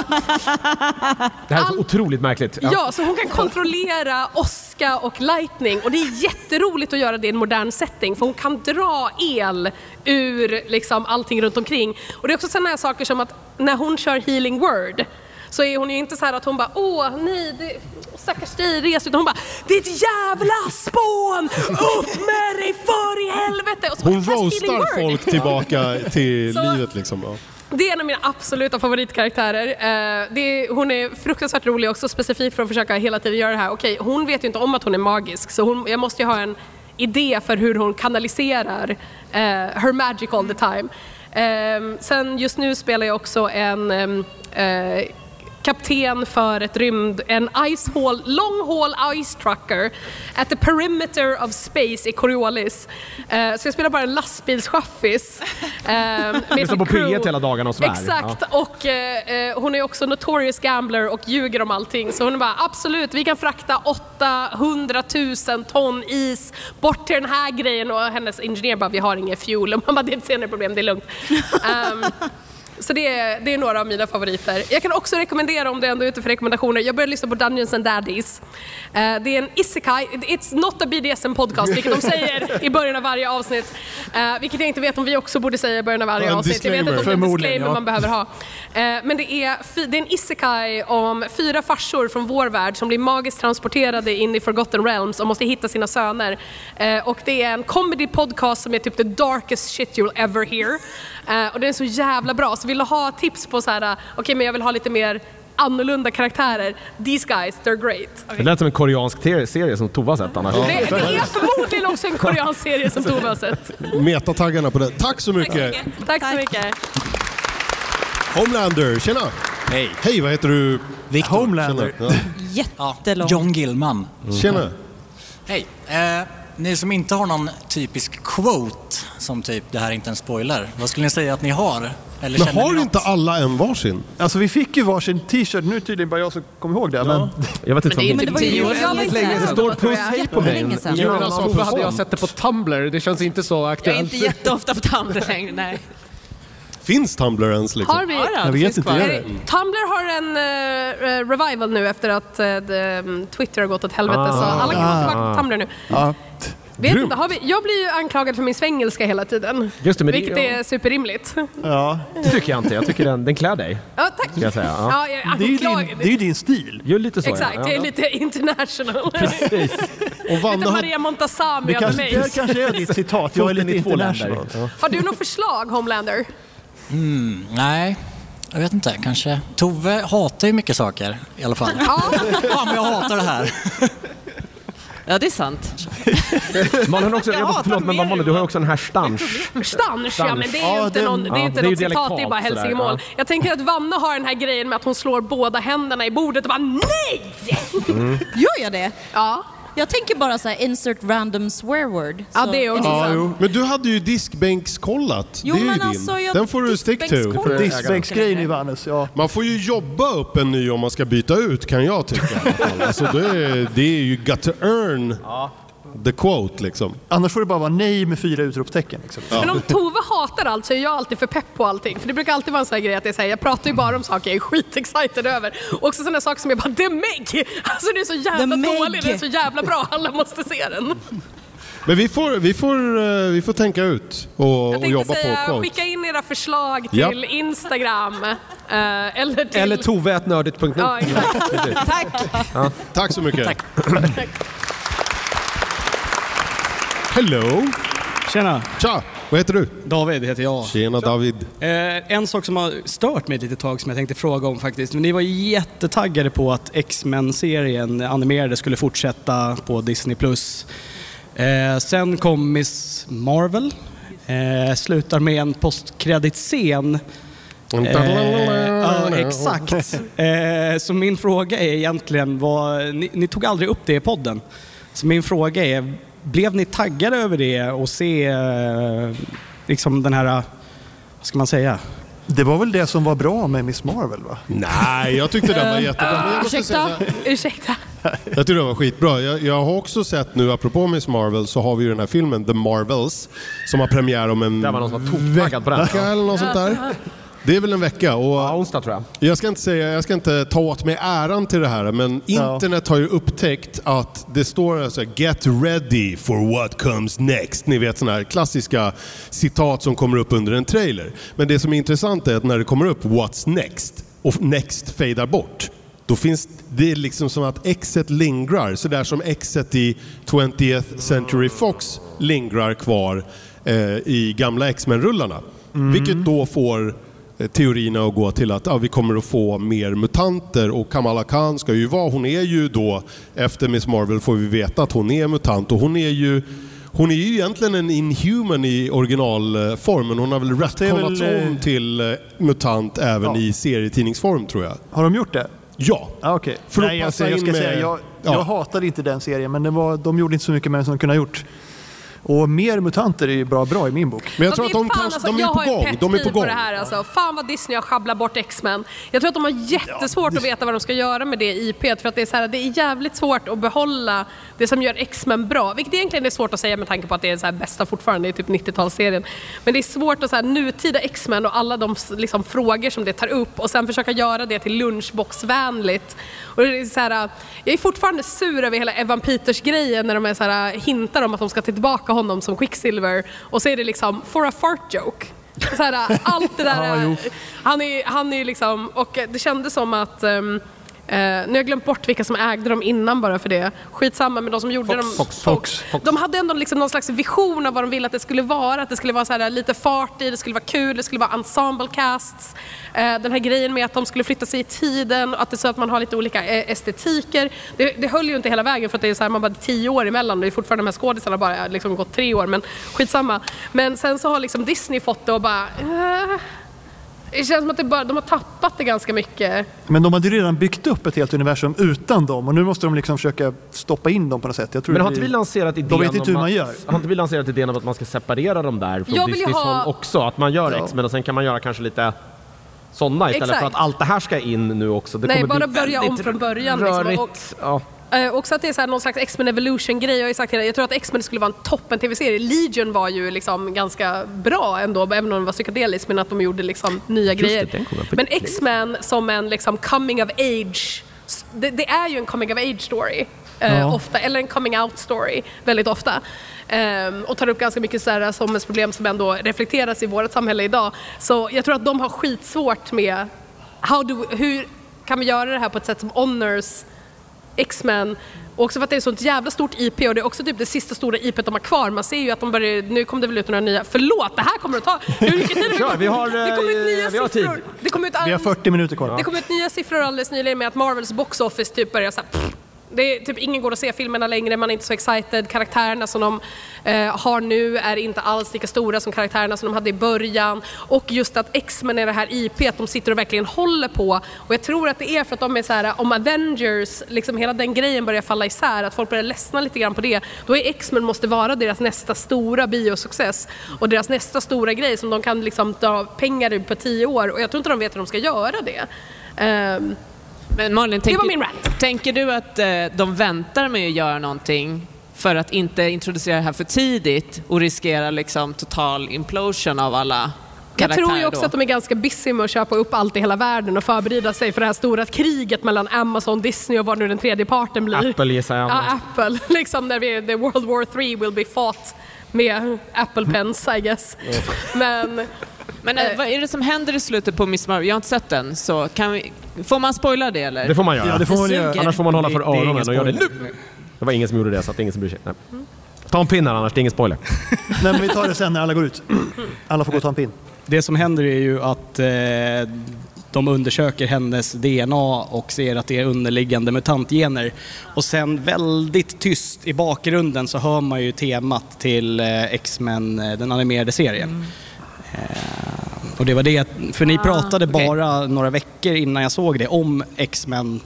Det här är så otroligt märkligt. Ja, så hon kan kontrollera åska och lightning och det är jätteroligt att göra det i en modern setting för hon kan dra el ur liksom allting runt omkring. Och det är också sådana här saker som att när hon kör healing word så är hon ju inte så här att hon bara åh nej, det, stackars dig, res utan hon bara ditt jävla spån, upp med dig för i helvete! Och så Hon bara, "Fast healing roastar word." folk tillbaka till Så- livet liksom. Ja. Det är en av mina absoluta favoritkaraktärer. Eh, det är, hon är fruktansvärt rolig också, specifikt för att försöka hela tiden göra det här. Okej, hon vet ju inte om att hon är magisk, så hon, jag måste ju ha en idé för hur hon kanaliserar eh, her magic all the time. Eh, sen just nu spelar jag också en ehm, eh, kapten för ett rymd, en ice haul, long haul ice trucker at the perimeter of space i Coriolis. Eh, så jag spelar bara en lastbilschaffis. eh, med Lyssnar på ett crew. P1 hela dagarna och svär. Exakt, och eh, eh, hon är också notorious gambler och ljuger om allting. Så hon är bara absolut, vi kan frakta 800 000 ton is bort till den här grejen och hennes ingenjör bara vi har ingen fuel. Och man bara det är ett senare problem, det är lugnt. Ehm, så det är, det är några av mina favoriter. Jag kan också rekommendera, om du ändå är ute för rekommendationer, jag började lyssna på Dungeons and Daddies. Eh, det är en isekai, it's not a BDSM podcast, vilket de säger i början av varje avsnitt. Eh, vilket jag inte vet om vi också borde säga i början av varje En avsnitt. Jag vet inte om det är en disclaimer. disclaimer man behöver ha. Eh, Men det är, fy- det är en isekai om fyra farsor från vår värld som blir magiskt transporterade in i Forgotten Realms och måste hitta sina söner. Eh, Och det är en comedy podcast som är typ the darkest shit you'll ever hear. Eh, Och den är så jävla bra, så vill du ha tips på så här, eh, okej men jag vill ha lite mer annorlunda karaktärer. These guys, they're great. Det lät som en koreansk te- serie som Tova sett annars. Det, det är förmodligen också en koreansk serie som Tove har sett. Metataggarna på den. Tack så mycket! Tack så mycket. Homelander, tjena! Hej! Hej, vad heter du? Victor. Homelander. Ja. Jättelång. John Gillman. Mm. Tjena! Hej. Eh, ni som inte har någon typisk quote, som typ det här är inte en spoiler, vad skulle ni säga att ni har? Eller Men känner har ni inte alla en varsin? Alltså vi fick ju varsin t-shirt. Nu är det tydligen bara jag som kommer ihåg det. Men... Jag vet inte Men det är vad- typ tio år sedan. väldigt länge sedan. Det står puss hej på mig. Jättelänge sedan. Jonas Ja, Tove puss hade jag om. sett det på Tumblr. Det känns inte så Jag är aktuellt. inte jätteofta på Tumblr längre, nej. Finns Tumblr ens liksom? Har vi? Eh, Tumblr har en eh, eh, revival nu efter att eh, de, mm, Twitter har gått åt helvete så Ah. alla kan gå tillbaka till Tumblr nu. Ja. Vet Grymt. inte, har vi, jag blir ju anklagad för min svengelska hela tiden. Just det, men det- vilket ja. är superrimligt. Ja. Det tycker jag inte. Jag tycker den, den klär dig. Ja, tack. Ska jag säga. Ja, jag är Det är ju anklagad. din- Det är ju din stil. Gör lite så Exakt, ja. jag är lite international. Och lite Maria Montazami Det över kanske, mig. det kanske är ditt citat. Jag är Foten lite i två länder. international. Har du något förslag, Homelander? Mm, nej, jag vet inte. Kanske. Tove hatar ju mycket saker i alla fall. Fan, men jag hatar det här. Ja, det är sant. Man har också, jag måste, förlåt, men Malin, du har ju också den här stansch. Stansch, ja men det är ju Ja, inte, det- någon, det är ju ja, inte det är något ju citat, det är bara dialektalt sådär, hälsingemål. ja. Jag tänker att Vanna har den här grejen med att hon slår båda händerna i bordet och bara NEJ! Gör jag det? Ja. Jag tänker bara så här, insert random swear word. Ja, Så- det är också Exakt. Ja, jo. Men du hade ju diskbänkskollat. Jo, det är ju men din. alltså, jag- Den får du stick diskbänkskollat to. är Diskbänksgrejen i Vannes, ja. Man får ju jobba upp en ny om man ska byta ut kan jag tycka. i alla fall. alltså, det, är, det är ju got to earn the quote liksom. Annars får det bara vara nej med fyra utropstecken. Liksom. Men om Tove hatar allt så är jag alltid för pepp på allting. För det brukar alltid vara en sån här grej att det är så här, jag pratar ju bara om saker jag är skitexcited över. Och också sådana saker som jag bara, det är Meg! Alltså det är så jävla The Meg! dålig, det är så jävla bra, alla måste se den. Men vi får, vi får, eh, vi får tänka ut och, och Jag jobba tänkte säga, på quote. skicka in era förslag Ja. till Instagram. eh, eller till... Eller toveatnördigt.nu. Ja, exakt. Tack! Tack så mycket. Hello. Tjena. Tja. Vad heter du? David heter jag. Tjena David. Eh, en sak som har stört mig ett litet tag som jag tänkte fråga om faktiskt. Ni var ju jättetaggade på att X-Men-serien animerade skulle fortsätta på Disney+. Eh, sen kom Miss Marvel. Eh, slutar med en postkreditscen. Eh, ja, exakt. Eh, så min fråga är egentligen, vad, ni, ni tog aldrig upp det i podden. Så min fråga är, blev ni taggade över det och se eh, liksom den här, eh, vad ska man säga? Det var väl det som var bra med Miss Marvel va? Nej, jag tyckte den var Eh, jättebra. Men jag måste säga så ursäkta, här, ursäkta. Jag tyckte den var skitbra. Jag, jag har också sett nu, apropå Miss Marvel, så har vi ju den här filmen The Marvels som har premiär om en Där var någon som var toktaggad på den. vecka eller något sånt där. Det är väl en vecka. Och ja, onsdag tror jag. Jag ska, inte säga, jag ska inte ta åt mig äran till det här, men Ja. internet har ju upptäckt att det står så här, “Get ready for what comes next”. Ni vet sådana här klassiska citat som kommer upp under en trailer. Men det som är intressant är att när det kommer upp “What's next” och “Next” fejdar bort, då finns det är liksom som att exet lingrar, så där som exet i 20th Century Fox lingrar kvar eh, i gamla X-Men-rullarna. Mm. Vilket då får eh, teorierna att gå till att ah, vi kommer att få mer mutanter och Kamala Khan ska ju vara, hon är ju då, efter Miss Marvel får vi veta att hon är mutant och hon är ju hon är ju egentligen en inhuman i originalform, men hon har väl det är väl, retconats om eh, till eh, mutant även Ja. i serietidningsform tror jag. Har de gjort det? Ja. Ah, okay. För att Nej, passa alltså, jag in ska med- säga, jag, Ja. jag hatade inte den serien, men det var, de gjorde inte så mycket med den som de kunde ha gjort. Och mer mutanter är ju bra, bra i min bok. Men Fast det fan, alltså, jag har en pet peeve på det här alltså. Fan vad Disney har sjabblat bort X-Men. Jag tror att de har jättesvårt att veta vad de ska göra med det IPet för att det är, så här, det är jävligt svårt att behålla det som gör X-Men bra. Vilket egentligen är svårt att säga med tanke på att det är så här bästa fortfarande, det är typ 90-talsserien. Men det är svårt att så här, nutida X-Men och alla de liksom, frågor som det tar upp och sen försöka göra det till lunchboxvänligt. Och det är så här, jag är fortfarande sur över hela Evan Peters-grejen när de är så här, hintar om att de ska ta tillbaka honom som Quicksilver och så är det liksom “for a fart joke”. Så här, allt det där. är- han är han är liksom, och det kändes som att ehm, eh, nu har jag glömt bort vilka som ägde dem innan bara för det. Skitsamma, men de som gjorde Fox, dem... Fox, Fox. De hade ändå liksom någon slags vision av vad de ville att det skulle vara. Att det skulle vara så här, lite fart i, det skulle vara kul, det skulle vara ensemble casts. Eh, den här grejen med att de skulle flytta sig i tiden och att det är så att man har lite olika eh, estetiker. Det, det höll ju inte hela vägen för att det är så här, man bara det är tio år emellan och det är fortfarande de här skådisarna bara eh, liksom gått tre år, men skitsamma. Men sen så har liksom Disney fått det och bara... Eh, det känns som att det bara, de har tappat det ganska mycket. Men de hade ju redan byggt upp ett helt universum utan dem och nu måste de liksom försöka stoppa in dem på något sätt. Jag tror Men det har inte blir- vi lanserat idén De vet inte om hur man att- gör. Har inte vi lanserat idén om att man ska separera dem där Jag från vill ju Disneys ha- håll också? Att man gör X-Men och sen kan man göra kanske lite sådana istället för Exakt. att allt det här ska in nu också. Det Nej, kommer bara bli börja om väldigt från början. Rörigt. Liksom, och, ja. Eh, också att det är så här någon slags X-Men Evolution-grej. Jag har ju sagt hela, jag tror att X-Men skulle vara en toppen tv-serie. Legion var ju liksom ganska bra ändå, även om den var psykedelisk, men att de gjorde liksom nya Just det, grejer. den kom jag på men Netflix. X-Men som en liksom coming of age, s- det, det är ju en coming of age story. eh, Ja. ofta, eller en coming out story väldigt ofta. Ehm, och tar upp ganska mycket så här samhällsproblem som ändå reflekteras i vårt samhälle idag. Så jag tror att de har skitsvårt med how do, hur kan vi göra det här på ett sätt som honors X-Men. Och också för att det är ett sånt jävla stort IP och det är också typ det sista stora IP de har kvar. Man ser ju att de börjar, nu kom det väl ut några nya, förlåt det här kommer att ta, hur mycket tid Kör, vi har, Det kommer ut nya eh, vi har tid. siffror. Det kommer ut all- Vi har 40 minuter kvar. det kom ut nya siffror alldeles nyligen med att Marvels box office typ börjar såhär... pff, Det är typ ingen går att se filmerna längre, man är inte så excited. Karaktärerna som de eh, har nu är inte alls lika stora som karaktärerna som de hade i början. Och just att X-Men är det här IP, att de sitter och verkligen håller på. Och jag tror att det är för att de är så här, om Avengers, liksom hela den grejen börjar falla isär, att folk börjar ledsna lite grann på det, då är X-Men måste vara deras nästa stora biosuccess. Och deras nästa stora grej som de kan liksom dra pengar ur på tio år. Och jag tror inte de vet hur de ska göra det. Ehm, Men Malin, Det var tänker, min rant. tänker du att eh, de väntar med att göra någonting för att inte introducera det här för tidigt och riskera liksom total implosion av alla jag karaktärer tror ju också då? att de är ganska busy med att köpa upp allt i hela världen och förbereda sig för det här stora kriget mellan Amazon, Disney och vad nu den tredje parten blir. Apple gissar jag. Ja, Apple. Liksom när vi, the World War 3 will be fought med Apple pens, I guess. Men... Men eh, vad är det som händer i slutet på Miss Marvel? Jag har inte sett den, så kan vi, får man spoila det eller? Det får man göra. suger. Annars får man hålla för Det- det är öronen ingen och göra det spoiler. nu. Det var ingen som gjorde det, så att det är ingen som bryr sig. Nej. Ta en pinne annars, det är ingen spoiler. Nej, men vi tar det sen när alla går ut. Alla får gå och ta en pin. Det som händer är ju att eh, de undersöker hennes DNA och ser att det är underliggande mutantgener. Och sen väldigt tyst i bakgrunden så hör man ju temat till eh, X-Men, eh, den animerade serien. Eh, och det var det, för ni pratade bara några veckor innan jag såg det om X-Men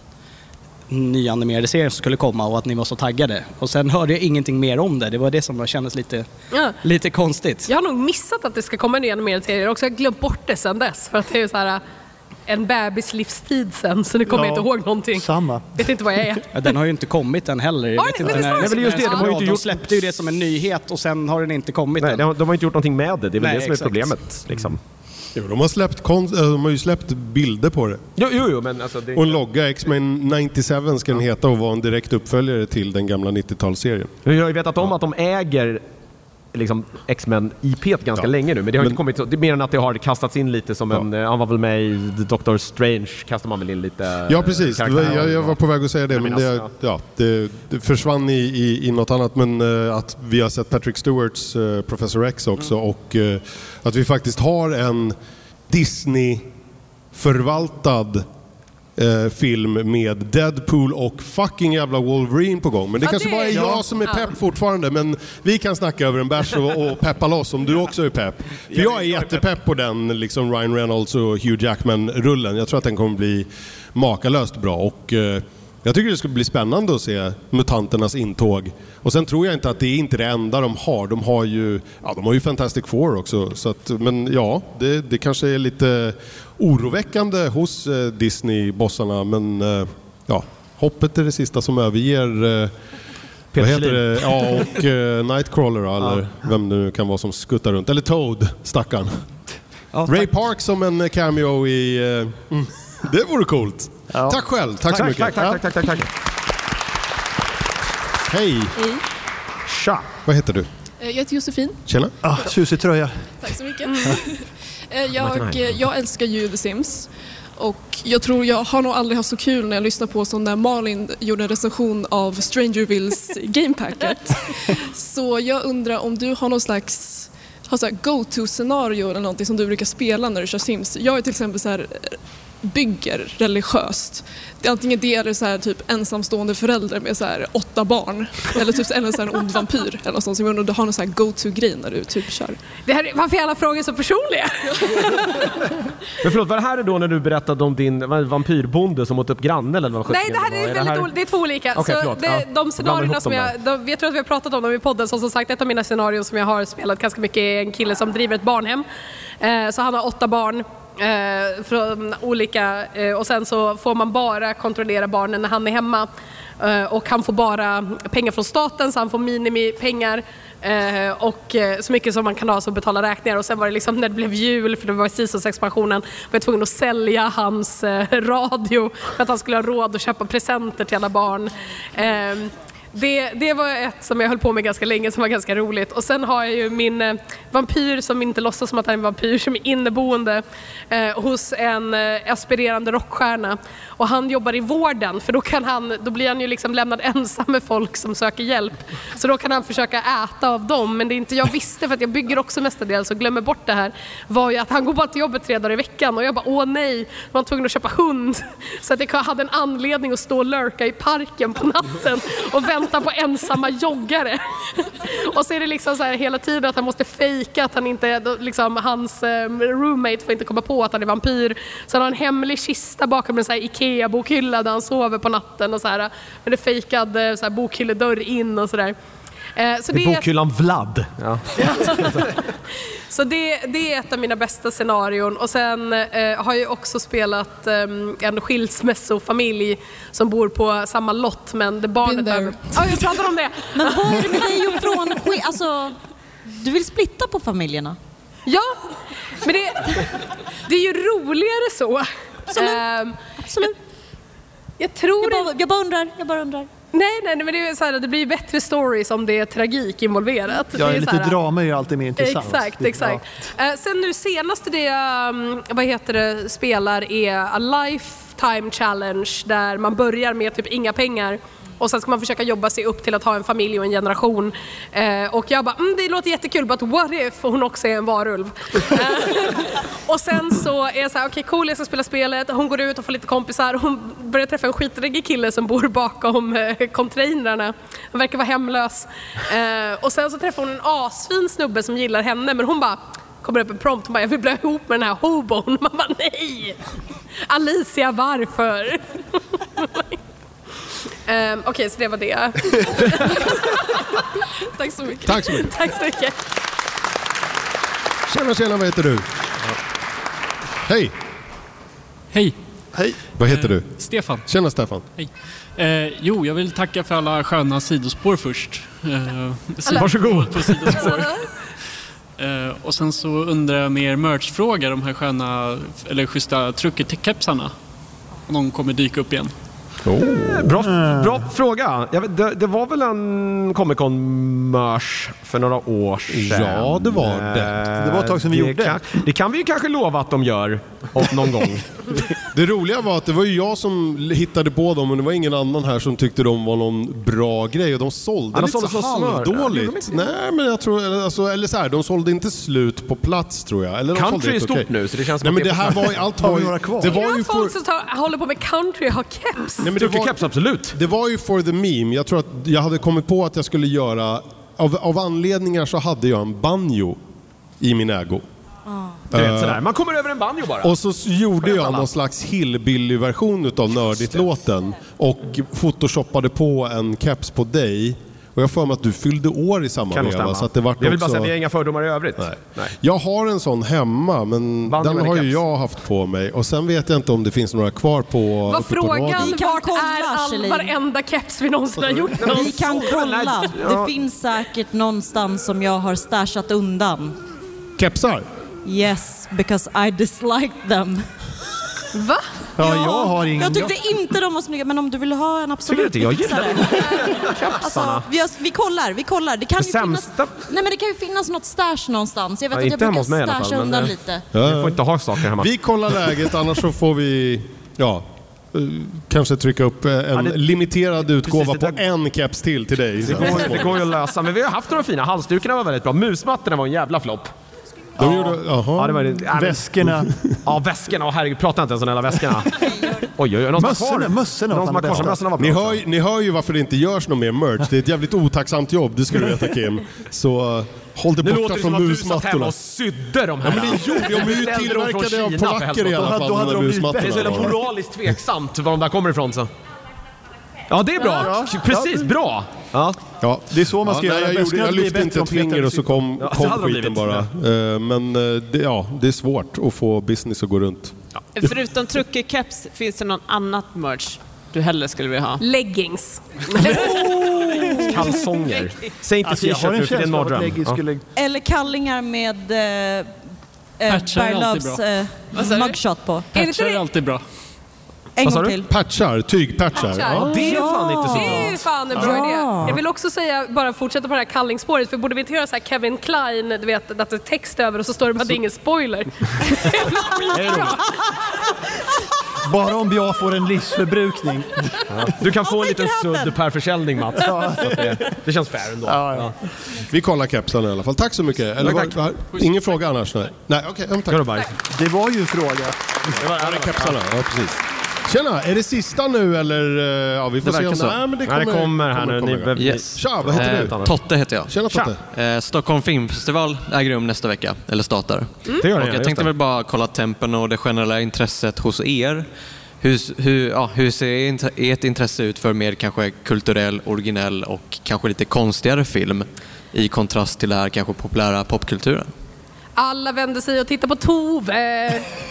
nyanimerade serien som skulle komma och att ni var så taggade. Och sen hörde jag ingenting mer om det. Det var det som kändes lite, Ja. lite konstigt. Jag har nog missat att det ska komma en ny animerad serie också. Jag har glömt bort det sedan dess. För att det är ju så här äh, en bebis livstid sen, så nu kommer Ja, jag inte ihåg någonting. samma. Vet inte vad jag är. Ja, den har ju inte kommit än heller. Jag Har vet den inte inte när, snart? när Nej, men det är just det, den de ska har ju vara. inte de gjort- släppte ju det som en nyhet och sen har den inte kommit Nej, än. de, har- de har inte gjort någonting med det. Det är väl Nej, det som exakt. är problemet. Mm. Liksom. Jo, de, har släppt kon- eh, de har ju släppt bilder på det. Jo, jo, jo, men alltså... Det Och en logga, X-Men 97 ska den heta och vara en direkt uppföljare till den gamla 90-talsserien. Vi har ju vetat om att de äger liksom, X-Men IP ganska länge nu, men det har inte kommit så, det är mer än att det har kastats in lite som en, eh, han var väl med i Doctor Strange, kastar man väl in lite Ja, precis. Det var- Eh, karaktärer Jag, jag och- alltså, var på väg att säga det, men det, ja, det, det försvann i, i, i något annat. Men eh, att vi har sett Patrick Stewarts eh, Professor X också Mm. och eh, att vi faktiskt har en Disney-förvaltad eh, film med Deadpool och fucking jävla Wolverine på gång. Men det Ja, kanske det bara är är- jag ja. som är Ja. pepp fortfarande, men vi kan snacka över en bärs och, och peppa loss om du också är pepp. För jag är jättepepp på den liksom Ryan Reynolds och Hugh Jackman-rullen. Jag tror att den kommer bli makalöst bra och eh, jag tycker det ska bli spännande att se mutanternas intåg. Och sen tror jag inte att det är inte det enda de har. De har ju, ja, de har ju Fantastic Four också. Så att, men ja, det, det kanske är lite oroväckande hos eh, Disney-bossarna men eh, ja, hoppet är det sista som överger eh, vad heter det? Ja, och eh, Nightcrawler eller vem det nu kan vara som skuttar runt. Eller Toad, stackarn. Ray Park som en eh, cameo i... eh, mm, det vore coolt. Tack själv, tack, så mycket. Tack, tack, tack, tack, tack. Hej, Tja! vad heter du? Eh, Jag heter Josefin. Tjena. Ah, tjusig tröja. Tack så mycket. Eh, Martin jag, Heinemann. jag älskar ju The Sims. Och jag tror jag har nog aldrig haft så kul när jag lyssnar på som när Malin gjorde en recension av Strangervilles Gamepacket. Så jag undrar om du har någon slags har så här go-to-scenario eller någonting som du brukar spela när du kör Sims. Jag är till exempel så här eh, bygger religiöst. Det är antingen det eller så här typ ensamstående förälder med så här åtta barn. Eller typ eller så här en ond vampyr eller något sånt. Så jag undrar om du har någon så här go-to-grej när du typ kör. Det här, varför är alla frågor så personliga? Men förlåt, var det här då när du berättade om din vad, vampyrbonde som åt upp grannen eller vad Nej, sjutton det här var? är, väldigt här- ol- det är två olika. Okej, så förlåt. det, Ja. Jag De blandar scenarierna ihop som dem jag, de, jag tror att vi har pratat om dem i podden, så som sagt ett av mina scenarion som jag har spelat ganska mycket är en kille som driver ett barnhem. Eh, så han har åtta barn. Eh, från olika, eh, och sen så får man bara kontrollera barnen när han är hemma. Eh, och han får bara pengar från staten så han får minimipengar. Eh, och eh, så mycket som man kan ha så betala räkningar. Och sen var det liksom när det blev jul, för det var Seasons-expansionen, var jag tvungen att sälja hans eh, radio för att han skulle ha råd att köpa presenter till alla barn. Eh, det, det var ett som jag höll på med ganska länge som var ganska roligt. Och sen har jag ju min eh, vampyr som inte låtsas som att han är en vampyr, som är inneboende eh, hos en eh, aspirerande rockstjärna. Och han jobbar i vården för då, kan han, då blir han ju liksom lämnad ensam med folk som söker hjälp. Så då kan han försöka äta av dem. Men det är inte jag visste, för att jag bygger också mestadels och glömmer bort det här, var ju att han går bara till jobbet tre dagar i veckan och jag bara åh nej, man var tvungen att köpa hund. Så att jag hade en anledning att stå och lurka i parken på natten och vänta på ensamma joggare. Och så är det liksom så här hela tiden att han måste fejka att han inte, då liksom, hans eh, roommate får inte komma på att han är vampyr. Sen har han en hemlig kista bakom en så här IKEA-bokhylla där han sover på natten och så här, med en fejkad eh, så här, bokhylledörr in och sådär. Eh, Det Så är det är bokhyllan Vlad. Ja. så det, det är ett av mina bästa scenarion. Och sen eh, har jag också spelat eh, en skilsmässofamilj som bor på samma lott men det barnet... Över... Ja, jag pratar om det. Men vad är det med dig och från sk- Alltså, du vill splitta på familjerna? Ja, men det, det är ju roligare så. Absolut. Absolut. Jag tror... Jag bara, jag bara undrar, jag bara undrar. Nej, nej, nej, men det, är så här, det blir ju bättre stories om det är tragik involverat. Ja, det är så lite här- drama är ju alltid mer intressant. Exakt, exakt. Eh, sen nu senaste det jag mm, vad heter det, spelar är A Lifetime Challenge där man börjar med typ inga pengar Och sen ska man försöka jobba sig upp till att ha en familj och en generation. Eh, och jag bara, mm, det låter jättekul, but what if hon också är en varulv? Och sen så är jag så här, okej cool jag ska spela spelet. Hon går ut och får lite kompisar. Hon börjar träffa en skitdräggig kille som bor bakom eh, containrarna. Han verkar vara hemlös. Eh, och sen så träffar hon en asfin snubbe som gillar henne men hon bara kommer upp en prompt och bara jag vill bli ihop med den här hobon. Man bara nej! Alicia varför? eh, okej så det var det. Tack så mycket. Tack så mycket. Tack så mycket. Tjena, tjena, vad heter du? Hej! Hej! Hej! Vad heter du? Stefan. Tjena Stefan. Hej. Eh, jo, jag vill tacka för alla sköna sidospår först. Eh, sidospår Varsågod. På sidospår. eh, och sen så undrar jag mer merchfråga, de här sköna, eller schyssta trucket-kepsarna. Om de kommer dyka upp igen. Oh. Bra, Mm. bra fråga. Jag vet, det, det var väl en Comic Con-mörs för några år sedan? Eh, Ja, det var det. Det var ett tag sedan vi Det gjorde. Kan, det kan vi ju kanske lova att de gör och någon gång. Det roliga var att det var ju jag som hittade på dem och det var ingen annan här som tyckte de var någon bra grej och de sålde Ja, de lite sålde så som smör. Ja, gjorde halvdåligt. de inte Nej, men jag tror, eller, alltså, eller så här, de sålde inte slut på plats tror jag. Eller de Country sålde är helt stort okej. nu, så det känns som Nej, att men det det är här på- var ju, allt var ju... Det var Gillar ju folk för, som tar, håller på med country och har keps? Nej, men det var, absolut. Det var ju for the meme. Jag tror att jag hade kommit på att jag skulle göra... Av, av anledningar så hade jag en banjo i min ägo. Du vet, sådär. Man kommer över en banjo bara. Eh. Och så s- gjorde jag någon slags hillbilly-version utav Nördigt-låten och photoshoppade på en keps på dig. Och jag har för mig att du fyllde år i samma Kan nog veva. stämma. Så att det vart jag vill bara också... säga att vi har inga fördomar i övrigt. Nej. Jag har en sån hemma, men Banjo den eller har ju keps? jag haft på mig. Och sen vet jag inte om det finns några kvar på... Var uppe på frågan radion. vart är Kjellin. all, varenda keps vi någonsin har gjort Vi kan kolla. Ja. Det finns säkert någonstans som jag har stashat undan. Kepsar? Yes, because I disliked them. Va? Ja, jag har ingen- Jag tyckte inte de var snygga, men om du vill ha en absolut. Tycker du inte vi jag fixar det. alltså, vi, har, vi kollar, vi kollar. Det kan, Det ju sämsta- finnas, nej, men det kan ju finnas något stash någonstans. Jag vet Ja, att inte jag hemma hos mig i brukar alla stasha fall. Men, undan eh, lite. Ja, Vi får inte ha saker hemma. Vi kollar läget, annars så får vi... Ja. eh, Kanske trycka upp eh, en det- limiterad utgåva det där- på en keps till till dig. Det går, det går ju att lösa, men vi har haft några fina. Halsdukarna var väldigt bra. Musmattorna var en jävla flopp. De gjorde, aha. Ja, det var, det- nej, men- Väskorna. Ja, väskorna. Åh herregud, prata inte ens om de jävla väskorna. Oj, oj, oj. Någon som har kvar- Någon som har kvar sig. Mössorna var bra. ni, hör, ju- ni hör ju varför det inte görs någon mer merch. Det är ett jävligt otacksamt jobb, det ska du veta Kim. Så eh, håll dig Nu borta låter det som från att du satt hemma musmattorna. och sydde de här. Ja, men det gjorde jag. De är ju Beställde dem tillverkade från av Kina, polacker för helvete. i alla Då hade- fall, då de hade där de blivit musmattorna. Det är så jävla moraliskt tveksamt var de där kommer ifrån. Så. Ja, det är bra. Ja. Precis, bra. Ja. Ja. Det är så man ska Ja, göra. nej, jag, gjorde, Väskorna jag blir lyfte bättre inte om ett Peter finger och så sitter. kom, Ja, så kom hade de skiten blivit. bara. Eh, Men eh, det, ja, det är svårt att få business att gå runt. Förutom truckerkeps, finns det någon annat merch du hellre skulle vilja ha? Leggings. Kalsonger. Säg inte Alltså, jag har t-shirt nu för det är en en känsla av att mardröm. Leggy Ja. skulle- Eller kallingar med eh, eh, Patchar är By alltid Loves bra. eh, Vad sa du? mugshot på. alltid bra. En gång till. Patchar, tygpatchar. Patchar. Det är dumt. fan en bra Ja. idé. Jag vill också säga, bara fortsätta på det här kallingspåret, för borde vi inte göra så här Kevin Klein, du vet, att det är text över och så står det bara det är ingen spoiler. Bara om jag får en livsförbrukning. Du kan få en liten happen. sudd per försäljning Mats. Ja. Så att det, det känns fair ändå. Ja. Vi kollar kepsarna i alla fall. Tack så mycket. Eller, Tack, var, tack. var, ingen fråga annars? Nej, nej okej. ja, men Kör och tack. bajs. Det var ju en fråga. Det var, det kepsarna, ja precis. Tjena, är det sista nu eller? eh, Ja, vi får se om så. Nej, men det kommer, igång. Yes. Tja, vad heter Eh, du? Totte heter jag. Tjena Totte. Eh, Stockholm Filmfestival äger rum nästa vecka, eller startar. Mm. Det gör den, ja, och jag just det. tänkte väl bara kolla tempen och det generella intresset hos er. Hur, hur, ja, hur ser int- ert intresse ut för mer kanske kulturell, originell och kanske lite konstigare film i kontrast till det här kanske populära popkulturen? Alla vänder sig och tittar på Tove.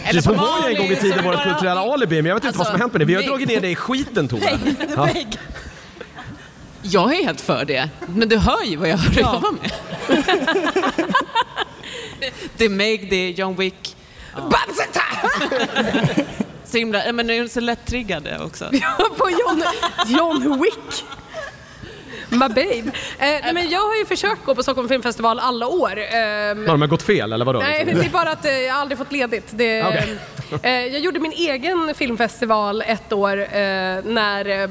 Eller Hon på var ju en gång i Malin, tiden som vårt bara- kulturella alibi, men jag vet inte vad som har Alltså, hänt med det. Vi har vägg. dragit ner dig i skiten Tove. Vägg, Ja. vägg. Jag är helt för det, men du hör ju vad jag har att jobba med. det är Meg, det är John Wick. Babseta! så himla, nej, men de är så lätt-triggade också. Ja, på John, John Wick. My babe. Eh, nej, men jag har ju försökt gå på Stockholm Filmfestival alla år. Ehm, Har de gått fel eller vadå? liksom? Nej, det är bara att eh, jag har aldrig fått ledigt. Det, Okej. eh, jag gjorde min egen filmfestival ett år eh, när eh,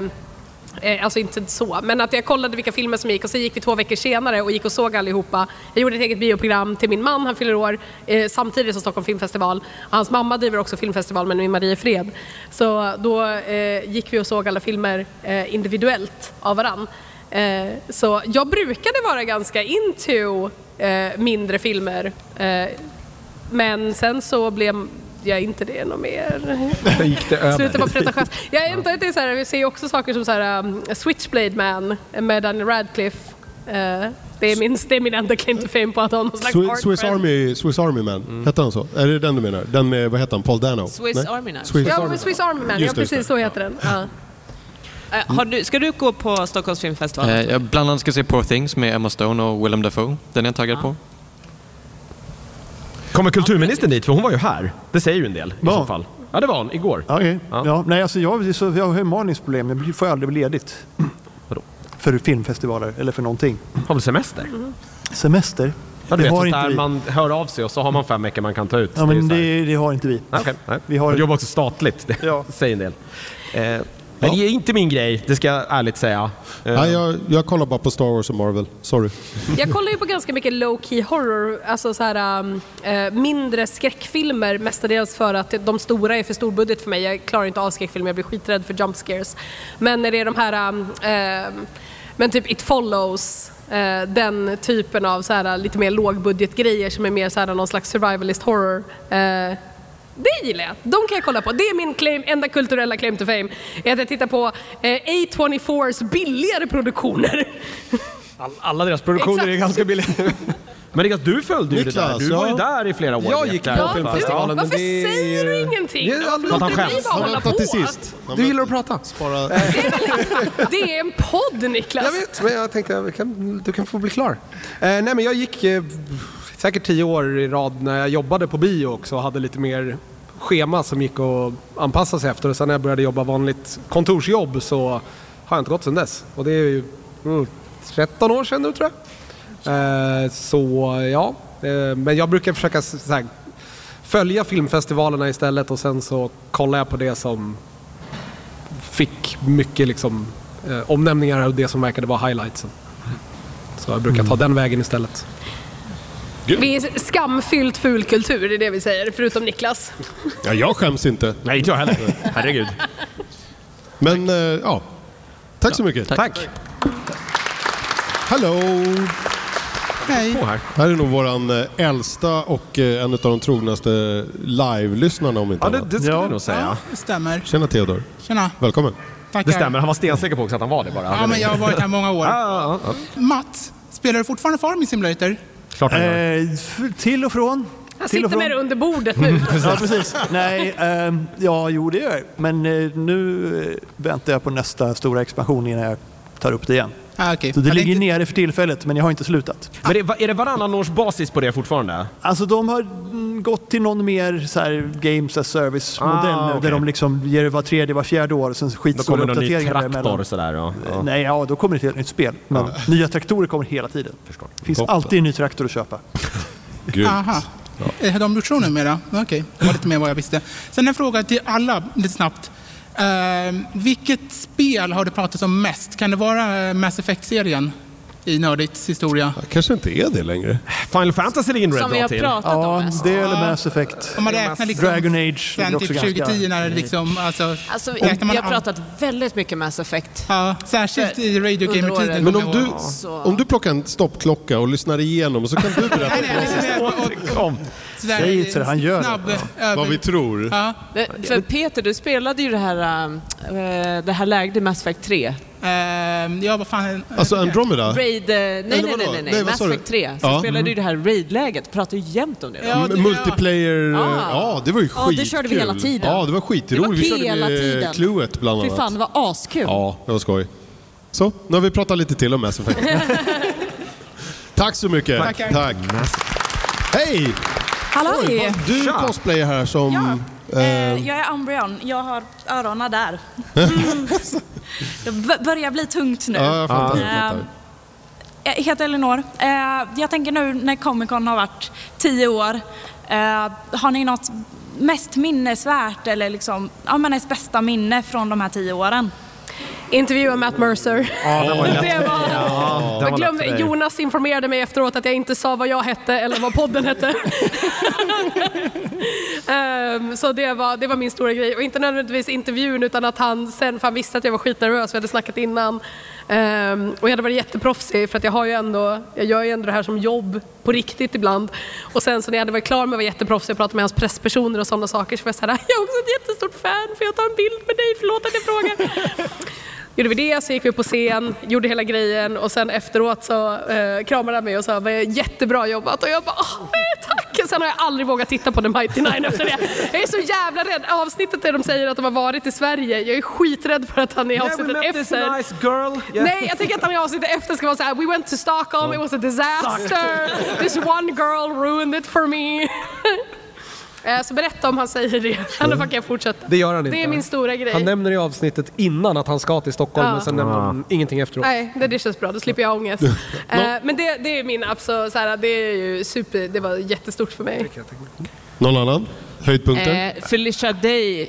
Eh, Alltså inte så, men att jag kollade vilka filmer som gick och så gick vi två veckor senare och gick och såg allihopa. Jag gjorde ett eget bioprogram till min man, han fyller år, eh, samtidigt som Stockholm filmfestival. Hans mamma driver också filmfestival men med Marie Fred. Så då eh, gick vi och såg alla filmer eh, individuellt av varann. Eh, så jag brukade vara ganska into eh, mindre filmer. Eh, men sen så blev jag inte det något mer. Sen gick det över. Slutet var pretentiöst. Jag antar att det är så här, vi ser ju också saker som så här, um, Switchblade Man med Daniel Radcliffe. Eh, det, är min, det är min enda claim to fame på att ha någon slags Swi- art Swiss friend. Army, Swiss Army Man, Mm. hette han så? Är det den du menar? Den med, vad hette han, Paul Dano? Swiss Nej? Army Knife. Swiss ja, Army men Swiss Army Man, ja, Just det, just precis så heter den. Ja. Eh, Har du, ska du gå på Stockholms filmfestival? Eh, jag bland annat ska se Poor Things med Emma Stone och Willem Dafoe. Den är jag taggad på. Kommer kulturministern dit? För hon var ju här. Det säger ju en del i så fall. Ja, det var hon igår. Okej. Ja, nej, alltså jag, så jag har ju malningsproblem. Jag blir- får aldrig ledigt. För filmfestivaler eller för någonting. Mm. Har väl semester? Semester? Ja, du Det vet, har sånt inte där vi. man hör av sig och så har man fem veckor man kan ta ut. Ja, men det, det har inte vi. Okej, nej. Vi har- Jag jobbar också statligt, det säger en del. Eh, men det är inte min grej, det ska jag ärligt säga. Eh, Nej, jag, jag kollar bara på Star Wars och Marvel. Sorry. Jag kollar ju på ganska mycket low key horror, alltså så här, um, eh, mindre skräckfilmer mestadels för att de stora är för stor budget för mig. Jag klarar inte av skräckfilmer, jag blir skiträdd för jump scares. Men när det är de här, um, ehm, men typ It Follows, eh, den typen av så här, lite mer lågbudgetgrejer som är mer så här, någon slags survivalist horror. eh, det gillar jag. De kan jag kolla på. Det är min claim, enda kulturella claim to fame. Är att jag tittar på eh, A24s billigare produktioner. All- Alla deras produktioner är ganska billiga. men Niklas, du följde ju det där. Niklas, Du var ju ja. där i flera år. Jag gick Jäklar, på fan. filmfestivalen, men Varför säger du ingenting? Det är Varför allmänt- Att han låter vi skäms. bara Han hålla väntar på? till sist. Du gillar att prata. Spara. Det är en podd Niklas. Jag vet, men jag tänkte jag kan, du kan få bli klar. Eh, nej, men jag gick eh, säkert tio år i rad när jag jobbade på bio också och hade lite mer schema som gick att anpassa sig efter. Och sen när jag började jobba vanligt kontorsjobb så har jag inte gått sedan dess. Och det är ju mm, 13 år sedan nu tror jag. Eh, så ja, eh, men jag brukar försöka s- så här, följa filmfestivalerna istället och sen så kollar jag på det som fick mycket liksom, eh, omnämningar av det som verkade vara highlightsen. Så jag brukar ta den vägen istället. Vi är skamfyllt fulkultur, det är det vi säger, förutom Niklas. Ja, jag skäms inte. Nej, inte jag heller. Herregud. Men, eh, ja. Tack så mycket. Tack. Hello! Hej. På här. här är nog våran eh, äldsta och eh, en av de trognaste live-lyssnarna om inte Ja, det, annat. det skulle jag nog säga. Det stämmer. Tjena Theodor. Tjena. Välkommen. Tackar. Det stämmer, han var stensäker på också att han var det bara. Ja, men jag har varit här många år. Ja, ja, ja. Mats, spelar du fortfarande Farming Simulator? Klart han gör. Eh, f- till och från. Han till sitter och från. med det under bordet nu. ja, precis. Nej, ehm, ja, jo det gör jag. Men eh, nu eh, väntar jag på nästa stora expansion innan jag tar upp det igen. Ah, okay. Så det ligger nere för tillfället, men jag har inte slutat. Men det, är det varannan års basis på det fortfarande? Alltså de har mm, gått till någon mer så här, games as service-modell Ah, nu, okej. där de liksom ger det var tredje, var fjärde år och sen Då skitstora kommer det någon ny uppdateringar traktor däremellan. sådär. Ja. Eh, Nej, ja, då kommer det ett helt nytt spel. Men nya traktorer kommer hela tiden. Det finns Toppen. alltid en ny traktor att köpa. Grymt. Aha. Eh, Har de gjort så numera? Okej, det var lite mer vad jag visste. Sen en fråga till alla lite snabbt. Eh, vilket spel har det pratats om mest? Kan det vara eh, Mass Effect-serien i Nördits historia? Kanske inte är det längre. Final Fantasy ligger Som vi har pratat om ja, mest. det eller Ja. Mass Effect. Om man räknar liksom Dragon Age. är Sen också typ ganska- 2010 när det liksom... Alltså, Alltså, vi, räknar man vi har all- pratat väldigt mycket Mass Effect. Ja, särskilt i Radio under Gamer-tiden. åren. Men om du, Så- om du plockar en stoppklocka och lyssnar igenom så kan du berätta för oss. Om. Sådär, Säg inte det, han gör det. snabb, över- Vad vi tror. Det- För Peter, du spelade ju det här, äh, det här läget i Mass Effect 3. Ehm, ja, vad fan... Alltså Andromeda? Raid, eh, nej, nej, vadå? nej, nej, nej, Nej, vad Mass sa du? Effect 3. Så Ja. Mm. spelade du det här raid-läget, pratar ju jämt om det. då. M- multiplayer, eh, Ja. ja det var ju Ja, skitkul. det körde vi hela tiden. Ja, det var skitroligt. Det var vi körde hela med tiden. Cluet bland Fy annat. fan, det var askul. Ja, det var skoj. Så, nu har vi pratat lite till om Mass Effect. Tack så mycket. Tackar. Tack. Hej! Oj, vad Du Tja. cosplayer här som... eh, Jag är Umbreon. Jag har öronen där. Mm. Det b- börjar bli tungt nu. Ja, jag fattar, jag Eh, fattar. Jag heter Elinor. Eh, Jag tänker nu när Comic Con har varit tio år. eh, Har ni något mest minnesvärt eller liksom, ja, men ens bästa minne från de här tio åren? Intervjua Matt Mercer. Ja, den var lätt. det var... Ja, den jag var lätt för glömde, dig. Jonas informerade mig efteråt att jag inte sa vad jag hette eller vad podden hette. Ehm, så det var, det var min stora grej. Och inte nödvändigtvis intervjun utan att han sen, för han visste att jag var skitnervös, vi hade snackat innan. Ehm, och jag hade varit jätteproffsig för att jag har ju ändå, jag gör ju ändå det här som jobb på riktigt ibland. Och sen så när jag hade varit klar med att vara jätteproffsig och pratade med hans presspersoner och sådana saker så var jag såhär, jag är också ett jättestort fan för jag tar en bild med dig, förlåt att jag frågar gjorde vi det, så gick vi på scen, gjorde hela grejen och sen efteråt så eh, kramade han mig och sa "Vad jättebra jobbat och jag bara "Åh, nej, tack! Sen har jag aldrig vågat titta på The Mighty Nine efter det. Jag är så jävla rädd. Avsnittet där de säger att de har varit i Sverige, jag är skiträdd för att han i Yeah, we avsnittet met this efter... nice girl. Yeah. Nej, jag tänker att han i avsnittet efter ska vara såhär We went to Stockholm, it was a disaster, Sucked. this one girl ruined it for me. Eh, Så berätta om han säger det, annars kan jag fortsätta. Det gör han inte. Det är min stora grej. Han nämner i avsnittet innan att han ska till Stockholm, Ja. men sen Ah. nämner han ingenting efteråt. Nej, det, det känns bra. Då slipper jag ångest. Eh, men det, det är min absolut, så här, det är ju super, det var jättestort för mig. Någon annan? Höjdpunkter? Eh, Felicia Day eh,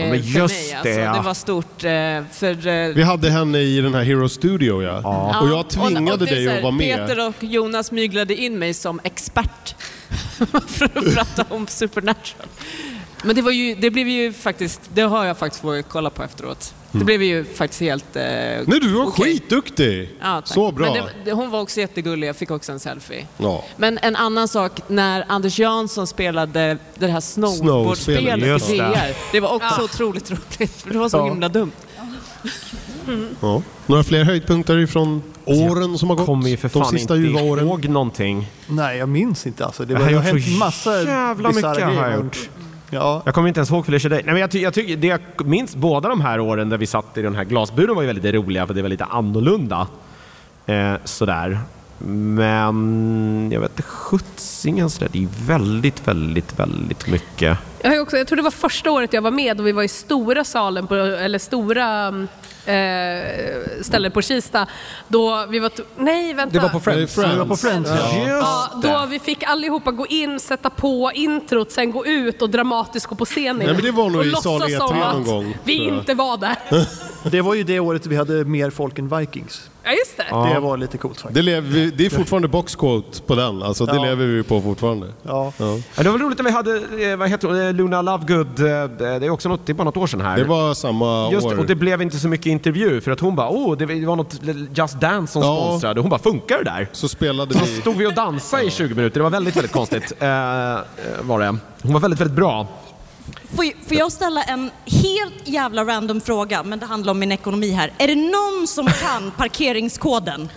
Ja, men för just mig det, ja. alltså. Det var stort. Eh, för, eh, Vi hade henne i den här Hero Studio ja. Och jag och- och tvingade det är så dig här, att vara med. Peter och Jonas myglade in mig som expert för att prata om Supernatural. Men det, var ju, det blev ju faktiskt, det har jag faktiskt vågat kolla på efteråt. Det Mm. blev ju faktiskt helt... Eh, Nej, du var okej. skitduktig! Ja, tack. Så bra. Men det, det, hon var också jättegullig, jag fick också en selfie. Ja. Men en annan sak, när Anders Jansson spelade det här Snowboardspelet, snowboardspelet just i det. VR. Det var också Ja. otroligt roligt, för det var så Ja. himla dumt. Ja. Några fler höjdpunkter ifrån åren som har gått? Alltså, Kommer ju för fan De sista inte ljuva åren. ihåg någonting. Nej, jag minns inte alltså. Det, Jag var, har det har gjort så hänt massa jävla bisarra mycket har jag grejer. gjort. Ja. Jag kommer inte ens ihåg Felicia Day. Nej, men jag, ty- jag, ty- det jag minns båda de här åren där vi satt i den här glasburen var ju väldigt roliga för det var lite annorlunda. Eh, sådär. Men jag vet inte sjuttsingen sådär. Det är väldigt, väldigt, väldigt mycket. Jag, har ju också, jag tror det var första året jag var med och vi var i stora salen, på, eller stora eh, stället på Kista. Då vi var... t- Nej, vänta. Det var på Friends. Det var på Friends, ja. Ja, Just då det. vi fick allihopa gå in, sätta på introt, sen gå ut och dramatiskt gå på scenen. Nej, men det var nog och i låtsas sal som E3 någon att gång, Vi tror jag. inte var där. Det var ju det året vi hade mer folk än Vikings. Ja, just det. Det var lite coolt faktiskt. Det, lever, vi- det är fortfarande boxquote på den. Alltså, det Ja. lever vi på fortfarande. Ja. Ja, det var väl roligt när vi hade, eh, vad heter hon, eh, Luna Lovegood. eh, Det är också något, det är bara något år sedan här. Det var samma Just det, år. och det blev inte så mycket intervju för att hon bara åh, det var något Just Dance som Ja. sponsrade. Hon bara, funkar det där? Så spelade Så stod vi och dansade i 20 minuter. Det var väldigt, väldigt konstigt. Eh, eh, var det. Hon var väldigt, väldigt bra. Får, får jag ställa en helt jävla random fråga, men det handlar om min ekonomi här. Är det någon som kan parkeringskoden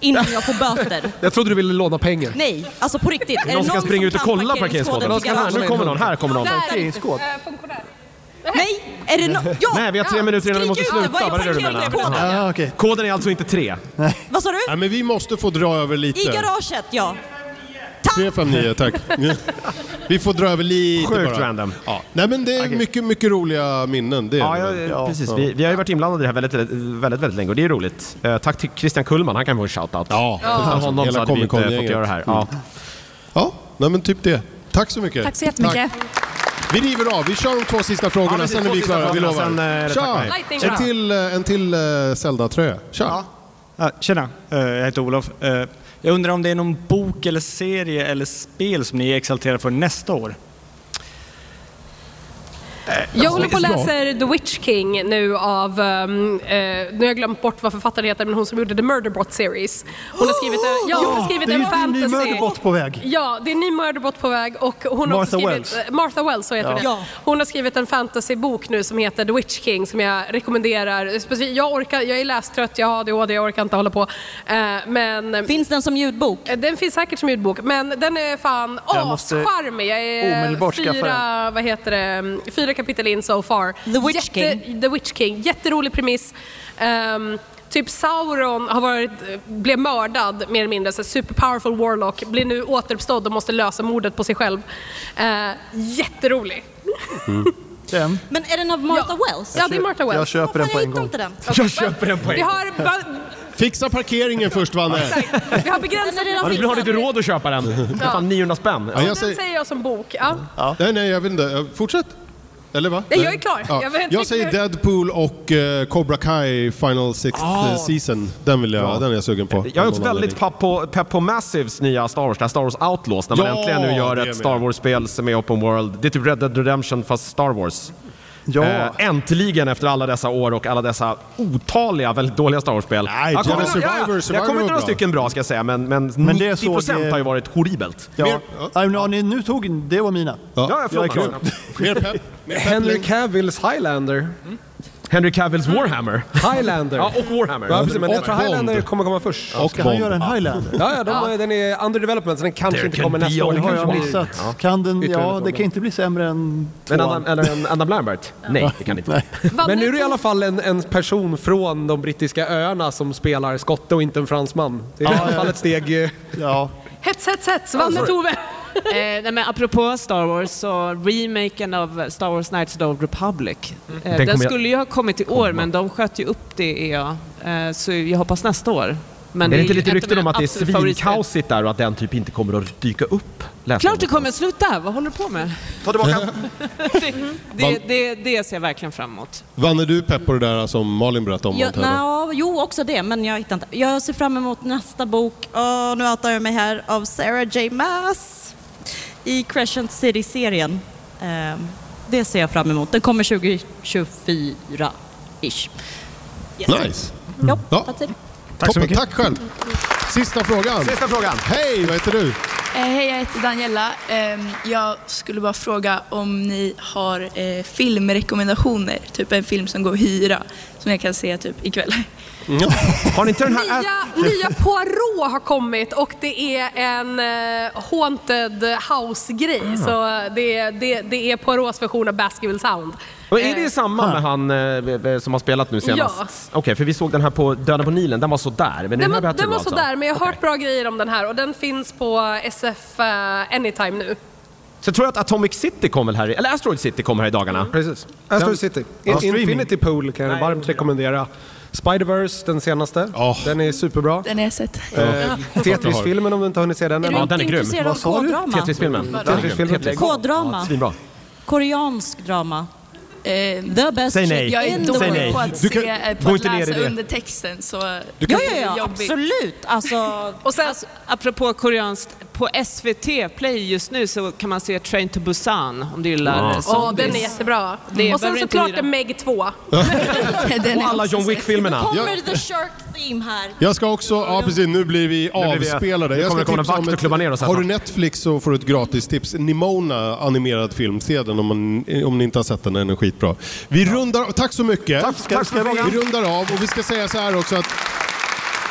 innan jag får böter? Jag trodde du ville låna pengar. Nej, alltså på riktigt. Är det Någon ska som springa ut och kan kolla parkeringskoden. innan jag får Nu kommer någon, här kommer någon. böter? Parkeringskod. Eh, Nej, är det någon? Ja, Nej, vi har tre minuter innan vi måste skrik ut sluta. det. Vad Var det är det du menade? parkeringskoden? Ja. Koden är alltså inte tre. Vad sa du? Nej, men vi måste få dra över lite. I garaget, ja. 359, tack. vi får dra över lite Sjukt bara. random. Ja. Nej, men det är mycket, mycket roliga minnen. Det är Ja, det ja, väl. ja, precis. Vi, vi har ju varit inblandade i det här väldigt, väldigt, väldigt, väldigt länge och det är roligt. Eh, tack till Christian Kullman, han kan få en shoutout. Ja, Ja. Utan honom Hela så hade vi inte fått Comic-Con-gänget. Mm. göra det här. Ja. Ja, nej, men typ det. Tack så mycket. Tack så jättemycket. Vi river av. Vi kör de två sista frågorna, Ja, precis, sen är två vi sista klara. Vi frågorna, lovar. sen, eh, är det tack och hej. Lightning Tja! En round. till, eh, en till eh, Zelda-tröja. Tja! Ja, tjena, Eh, jag heter Olof. Eh, Jag undrar om det är någon bok eller serie eller spel som ni är exalterade för nästa år? Eh, Jag Alltså, håller på och läser The Witch King nu av, ehm, eh, nu har jag glömt bort vad författaren heter, men hon som gjorde The Murderbot Series. Hon har skrivit en, ja, hon har skrivit det är en ju en ny fantasy. mörderbot på väg. Ja, det är en ny Murderbot på väg och hon har Martha också skrivit, Wells. eh, Martha Wells, så heter Ja. det. Ja. Hon har skrivit en fantasybok nu som heter The Witch King som jag rekommenderar. Specifikt- Jag, orkar, jag är lästrött, jag har ADHD, jag orkar inte hålla på. Eh, men, Eh, finns den som ljudbok? Den finns säkert som ljudbok, men den är fan Jag måste ascharmig. Jag är omedelbart skaffa fyra, vad heter det, mm, fyra kapitel in so far. The Witch King. The Witch King. Jätterolig premiss. Ehm, Typ Sauron har varit, blev mördad mer eller mindre, så superpowerful warlock, blir nu återuppstådd och måste lösa mordet på sig själv. Eh, jätterolig. Mm. Den. Men är den av Martha Wells? Ja, det är Martha Wells. Jag köper den på en gång. Inte den. Jag köper den på en Vi gång. har, ba- Fixa parkeringen först, Vanne. vi har begränsat... Ja, du har lite råd att köpa den. Ja. Fan, 900 spänn. Så den säger jag som bok. Ja. Nej, nej, jag vet inte. Fortsätt. Eller va? Nej, jag är klar. Ja. Jag Jag, vet inte säger hur- Deadpool och eh, Cobra Kai Final Sixth Ah. eh, Season. Den, vill jag, den är jag sugen på. Jag är Av också någon väldigt pepp på, pepp på Massives nya Star Wars, det här Star Wars Outlaws, när man Ja, äntligen nu gör det ett med. Star Wars-spel som är open world. Det är typ Red Dead Redemption fast Star Wars. Ja. Eh, äntligen efter alla dessa år och alla dessa otaliga väldigt dåliga Star Wars-spel. Nej, Jedi kommer, Survivor, jag Survivor kommer var några bra. stycken bra ska jag säga, men, men, Men det 90% såg, eh, har ju varit horribelt. Ja, ja. ja. ni nu tog det var mina. Ja, jag jag är förlåt. klar. Mer pepp. Henry Cavills Highlander. Henry Cavills Warhammer. Highlander. Ja, och Warhammer. Ja, precis, men jag Och tror Bond. Highlander kommer komma först. Och Ska han Bond. göra en Highlander? Ja, ja, de, den är under development så den kanske There inte can kommer be nästa år. only Det Har kanske jag blir- missat? Kan den, Ytterligare ja, det problem. kan inte bli sämre än Men tvåan. Adam, eller en Adam Lambert? Nej, det kan det inte. Men nu är det i alla fall en, en person från de brittiska öarna som spelar skotte och inte en fransman. Det är i alla fall ett steg... eh, Hets, hets, hets! Vanne Tove! eh, nej, men apropå Star Wars, så remaken av Star Wars Knights of the Old Republic. Eh, Mm. Den den kommer jag- skulle ju ha kommit i år, men de sköt ju upp det, är jag. Eh, så jag hoppas nästa år. Men Men är det inte lite ett av rykten om mina att det är absoluta favoritspel. svinkaosigt där och att den typ inte kommer att dyka upp? Läste jag Klart det kommer! Sluta! Vad håller du på med? Ta tillbaka. det, det, det, det ser jag verkligen fram emot. Vann är du pepp på det där som Malin berättade om? Ja, antar jag? na, jo, också det, men jag hittar inte. Jag ser fram emot nästa bok, Åh, nu outar jag mig här, av Sarah J. Maas i Crescent City-serien. Ehm, det ser jag fram emot. Den kommer 2024-ish. Nice. Mm. Ja, Ja. that's it. Tack Toppen, tack själv. Sista frågan. Sista frågan. Hej, vad heter du? Eh, Hej, jag heter Daniela. Ehm, Jag skulle bara fråga om ni har eh, filmrekommendationer, typ en film som går att hyra, som jag kan se typ ikväll. Har ni inte den här... Nya, nya Poirot har kommit och det är en eh, haunted house-grej. Ah. Så det, det, det är Poirots version av Baskerville Sound. Och är det samma med han eh, eh, som har spelat nu senast? Ja. Okej, för vi såg den här på Döden på Nilen, den var sådär. Men Den den här var, bättre den då var alltså? sådär, men jag har hört bra grejer om den här och den finns på SF eh, Anytime nu. Så jag tror att Atomic City kom väl här, i- eller Asteroid City kommer här i dagarna. Precis. Astro City. In- Infinity Pool kan jag varmt rekommendera. Spider-Verse, den senaste. Den är superbra. Den har jag sett. Eh, Tetris-filmen om du inte har hunnit se den Är än. du Ja, den är inte grym. intresserad av Vad sa du? K-drama? Tetris-filmen. Vadå? Tetris-filmen. K-drama. Ja, Svinbra. Koreansk drama. Ehm, The best Säg nej. shit Jag är in the Säg dålig nej. på att, Du se, kan- eh, på gå att inte ner i läsa det. under texten. Så Ja, det är ja, ja, jobbigt. absolut. Alltså, och sen, alltså, apropå koreanskt, på SVT Play just nu så kan man se Train to Busan om du gillar Ja. zombies. Ja, den är jättebra. Det och behöver sen du inte såklart hyra. är Meg 2. Och alla John Wick-filmerna. Kommer the shark theme här? Jag ska också, ja precis, nu blir vi blir vi- avspelade. nu Jag kommer ska det komma en tipsa om vakt och ett- klubba ner oss här Har du snart. Netflix så får du ett gratis tips. Nimona, animerad film. Se den om, man, om ni inte har sett den, den är skitbra. Vi rundar av, tack så mycket. Tack- tack för frågan. Vi rundar av och vi ska säga så här också att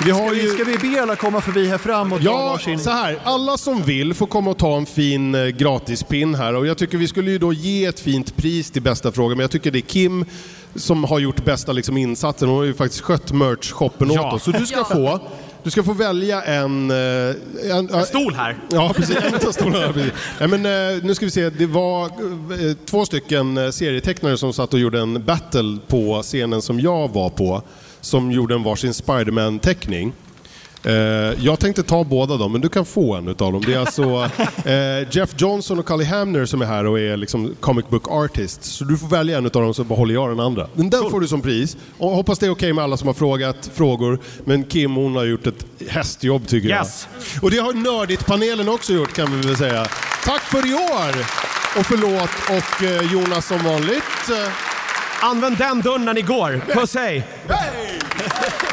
vi har Ska vi, ju... ska vi be alla komma förbi här fram och ta Ja, varsin? så här. Alla som vill får komma och ta en fin eh, gratispin här och jag tycker vi skulle ju då ge ett fint pris till bästa fråga men jag tycker det är Kim som har gjort bästa liksom, insatsen. Hon har ju faktiskt skött merch-shoppen Ja. åt oss. Så du ska Ja. få du ska få välja en... eh, En, en stol här. Ja, precis. En av stolarna. Precis. Nej, men, eh, nu ska vi se. Det var eh, två stycken eh, serietecknare som satt och gjorde en battle på scenen som jag var på. Som gjorde en varsin Spiderman-teckning. Eh, jag tänkte ta båda dem, men du kan få en utav dem. Det är alltså eh, Jeff Johnson och Cully Hamner som är här och är liksom comic book artists. Så du får välja en utav dem så behåller jag den andra. Den där får du som pris. Och hoppas det är okej med alla som har frågat frågor. Men Kim hon har gjort ett hästjobb tycker Yes. jag. Och det har Nördigt-panelen också gjort kan vi väl säga. Tack för i år! Och förlåt och eh, Jonas som vanligt. Använd den dörren när ni går. Puss hej! Hej!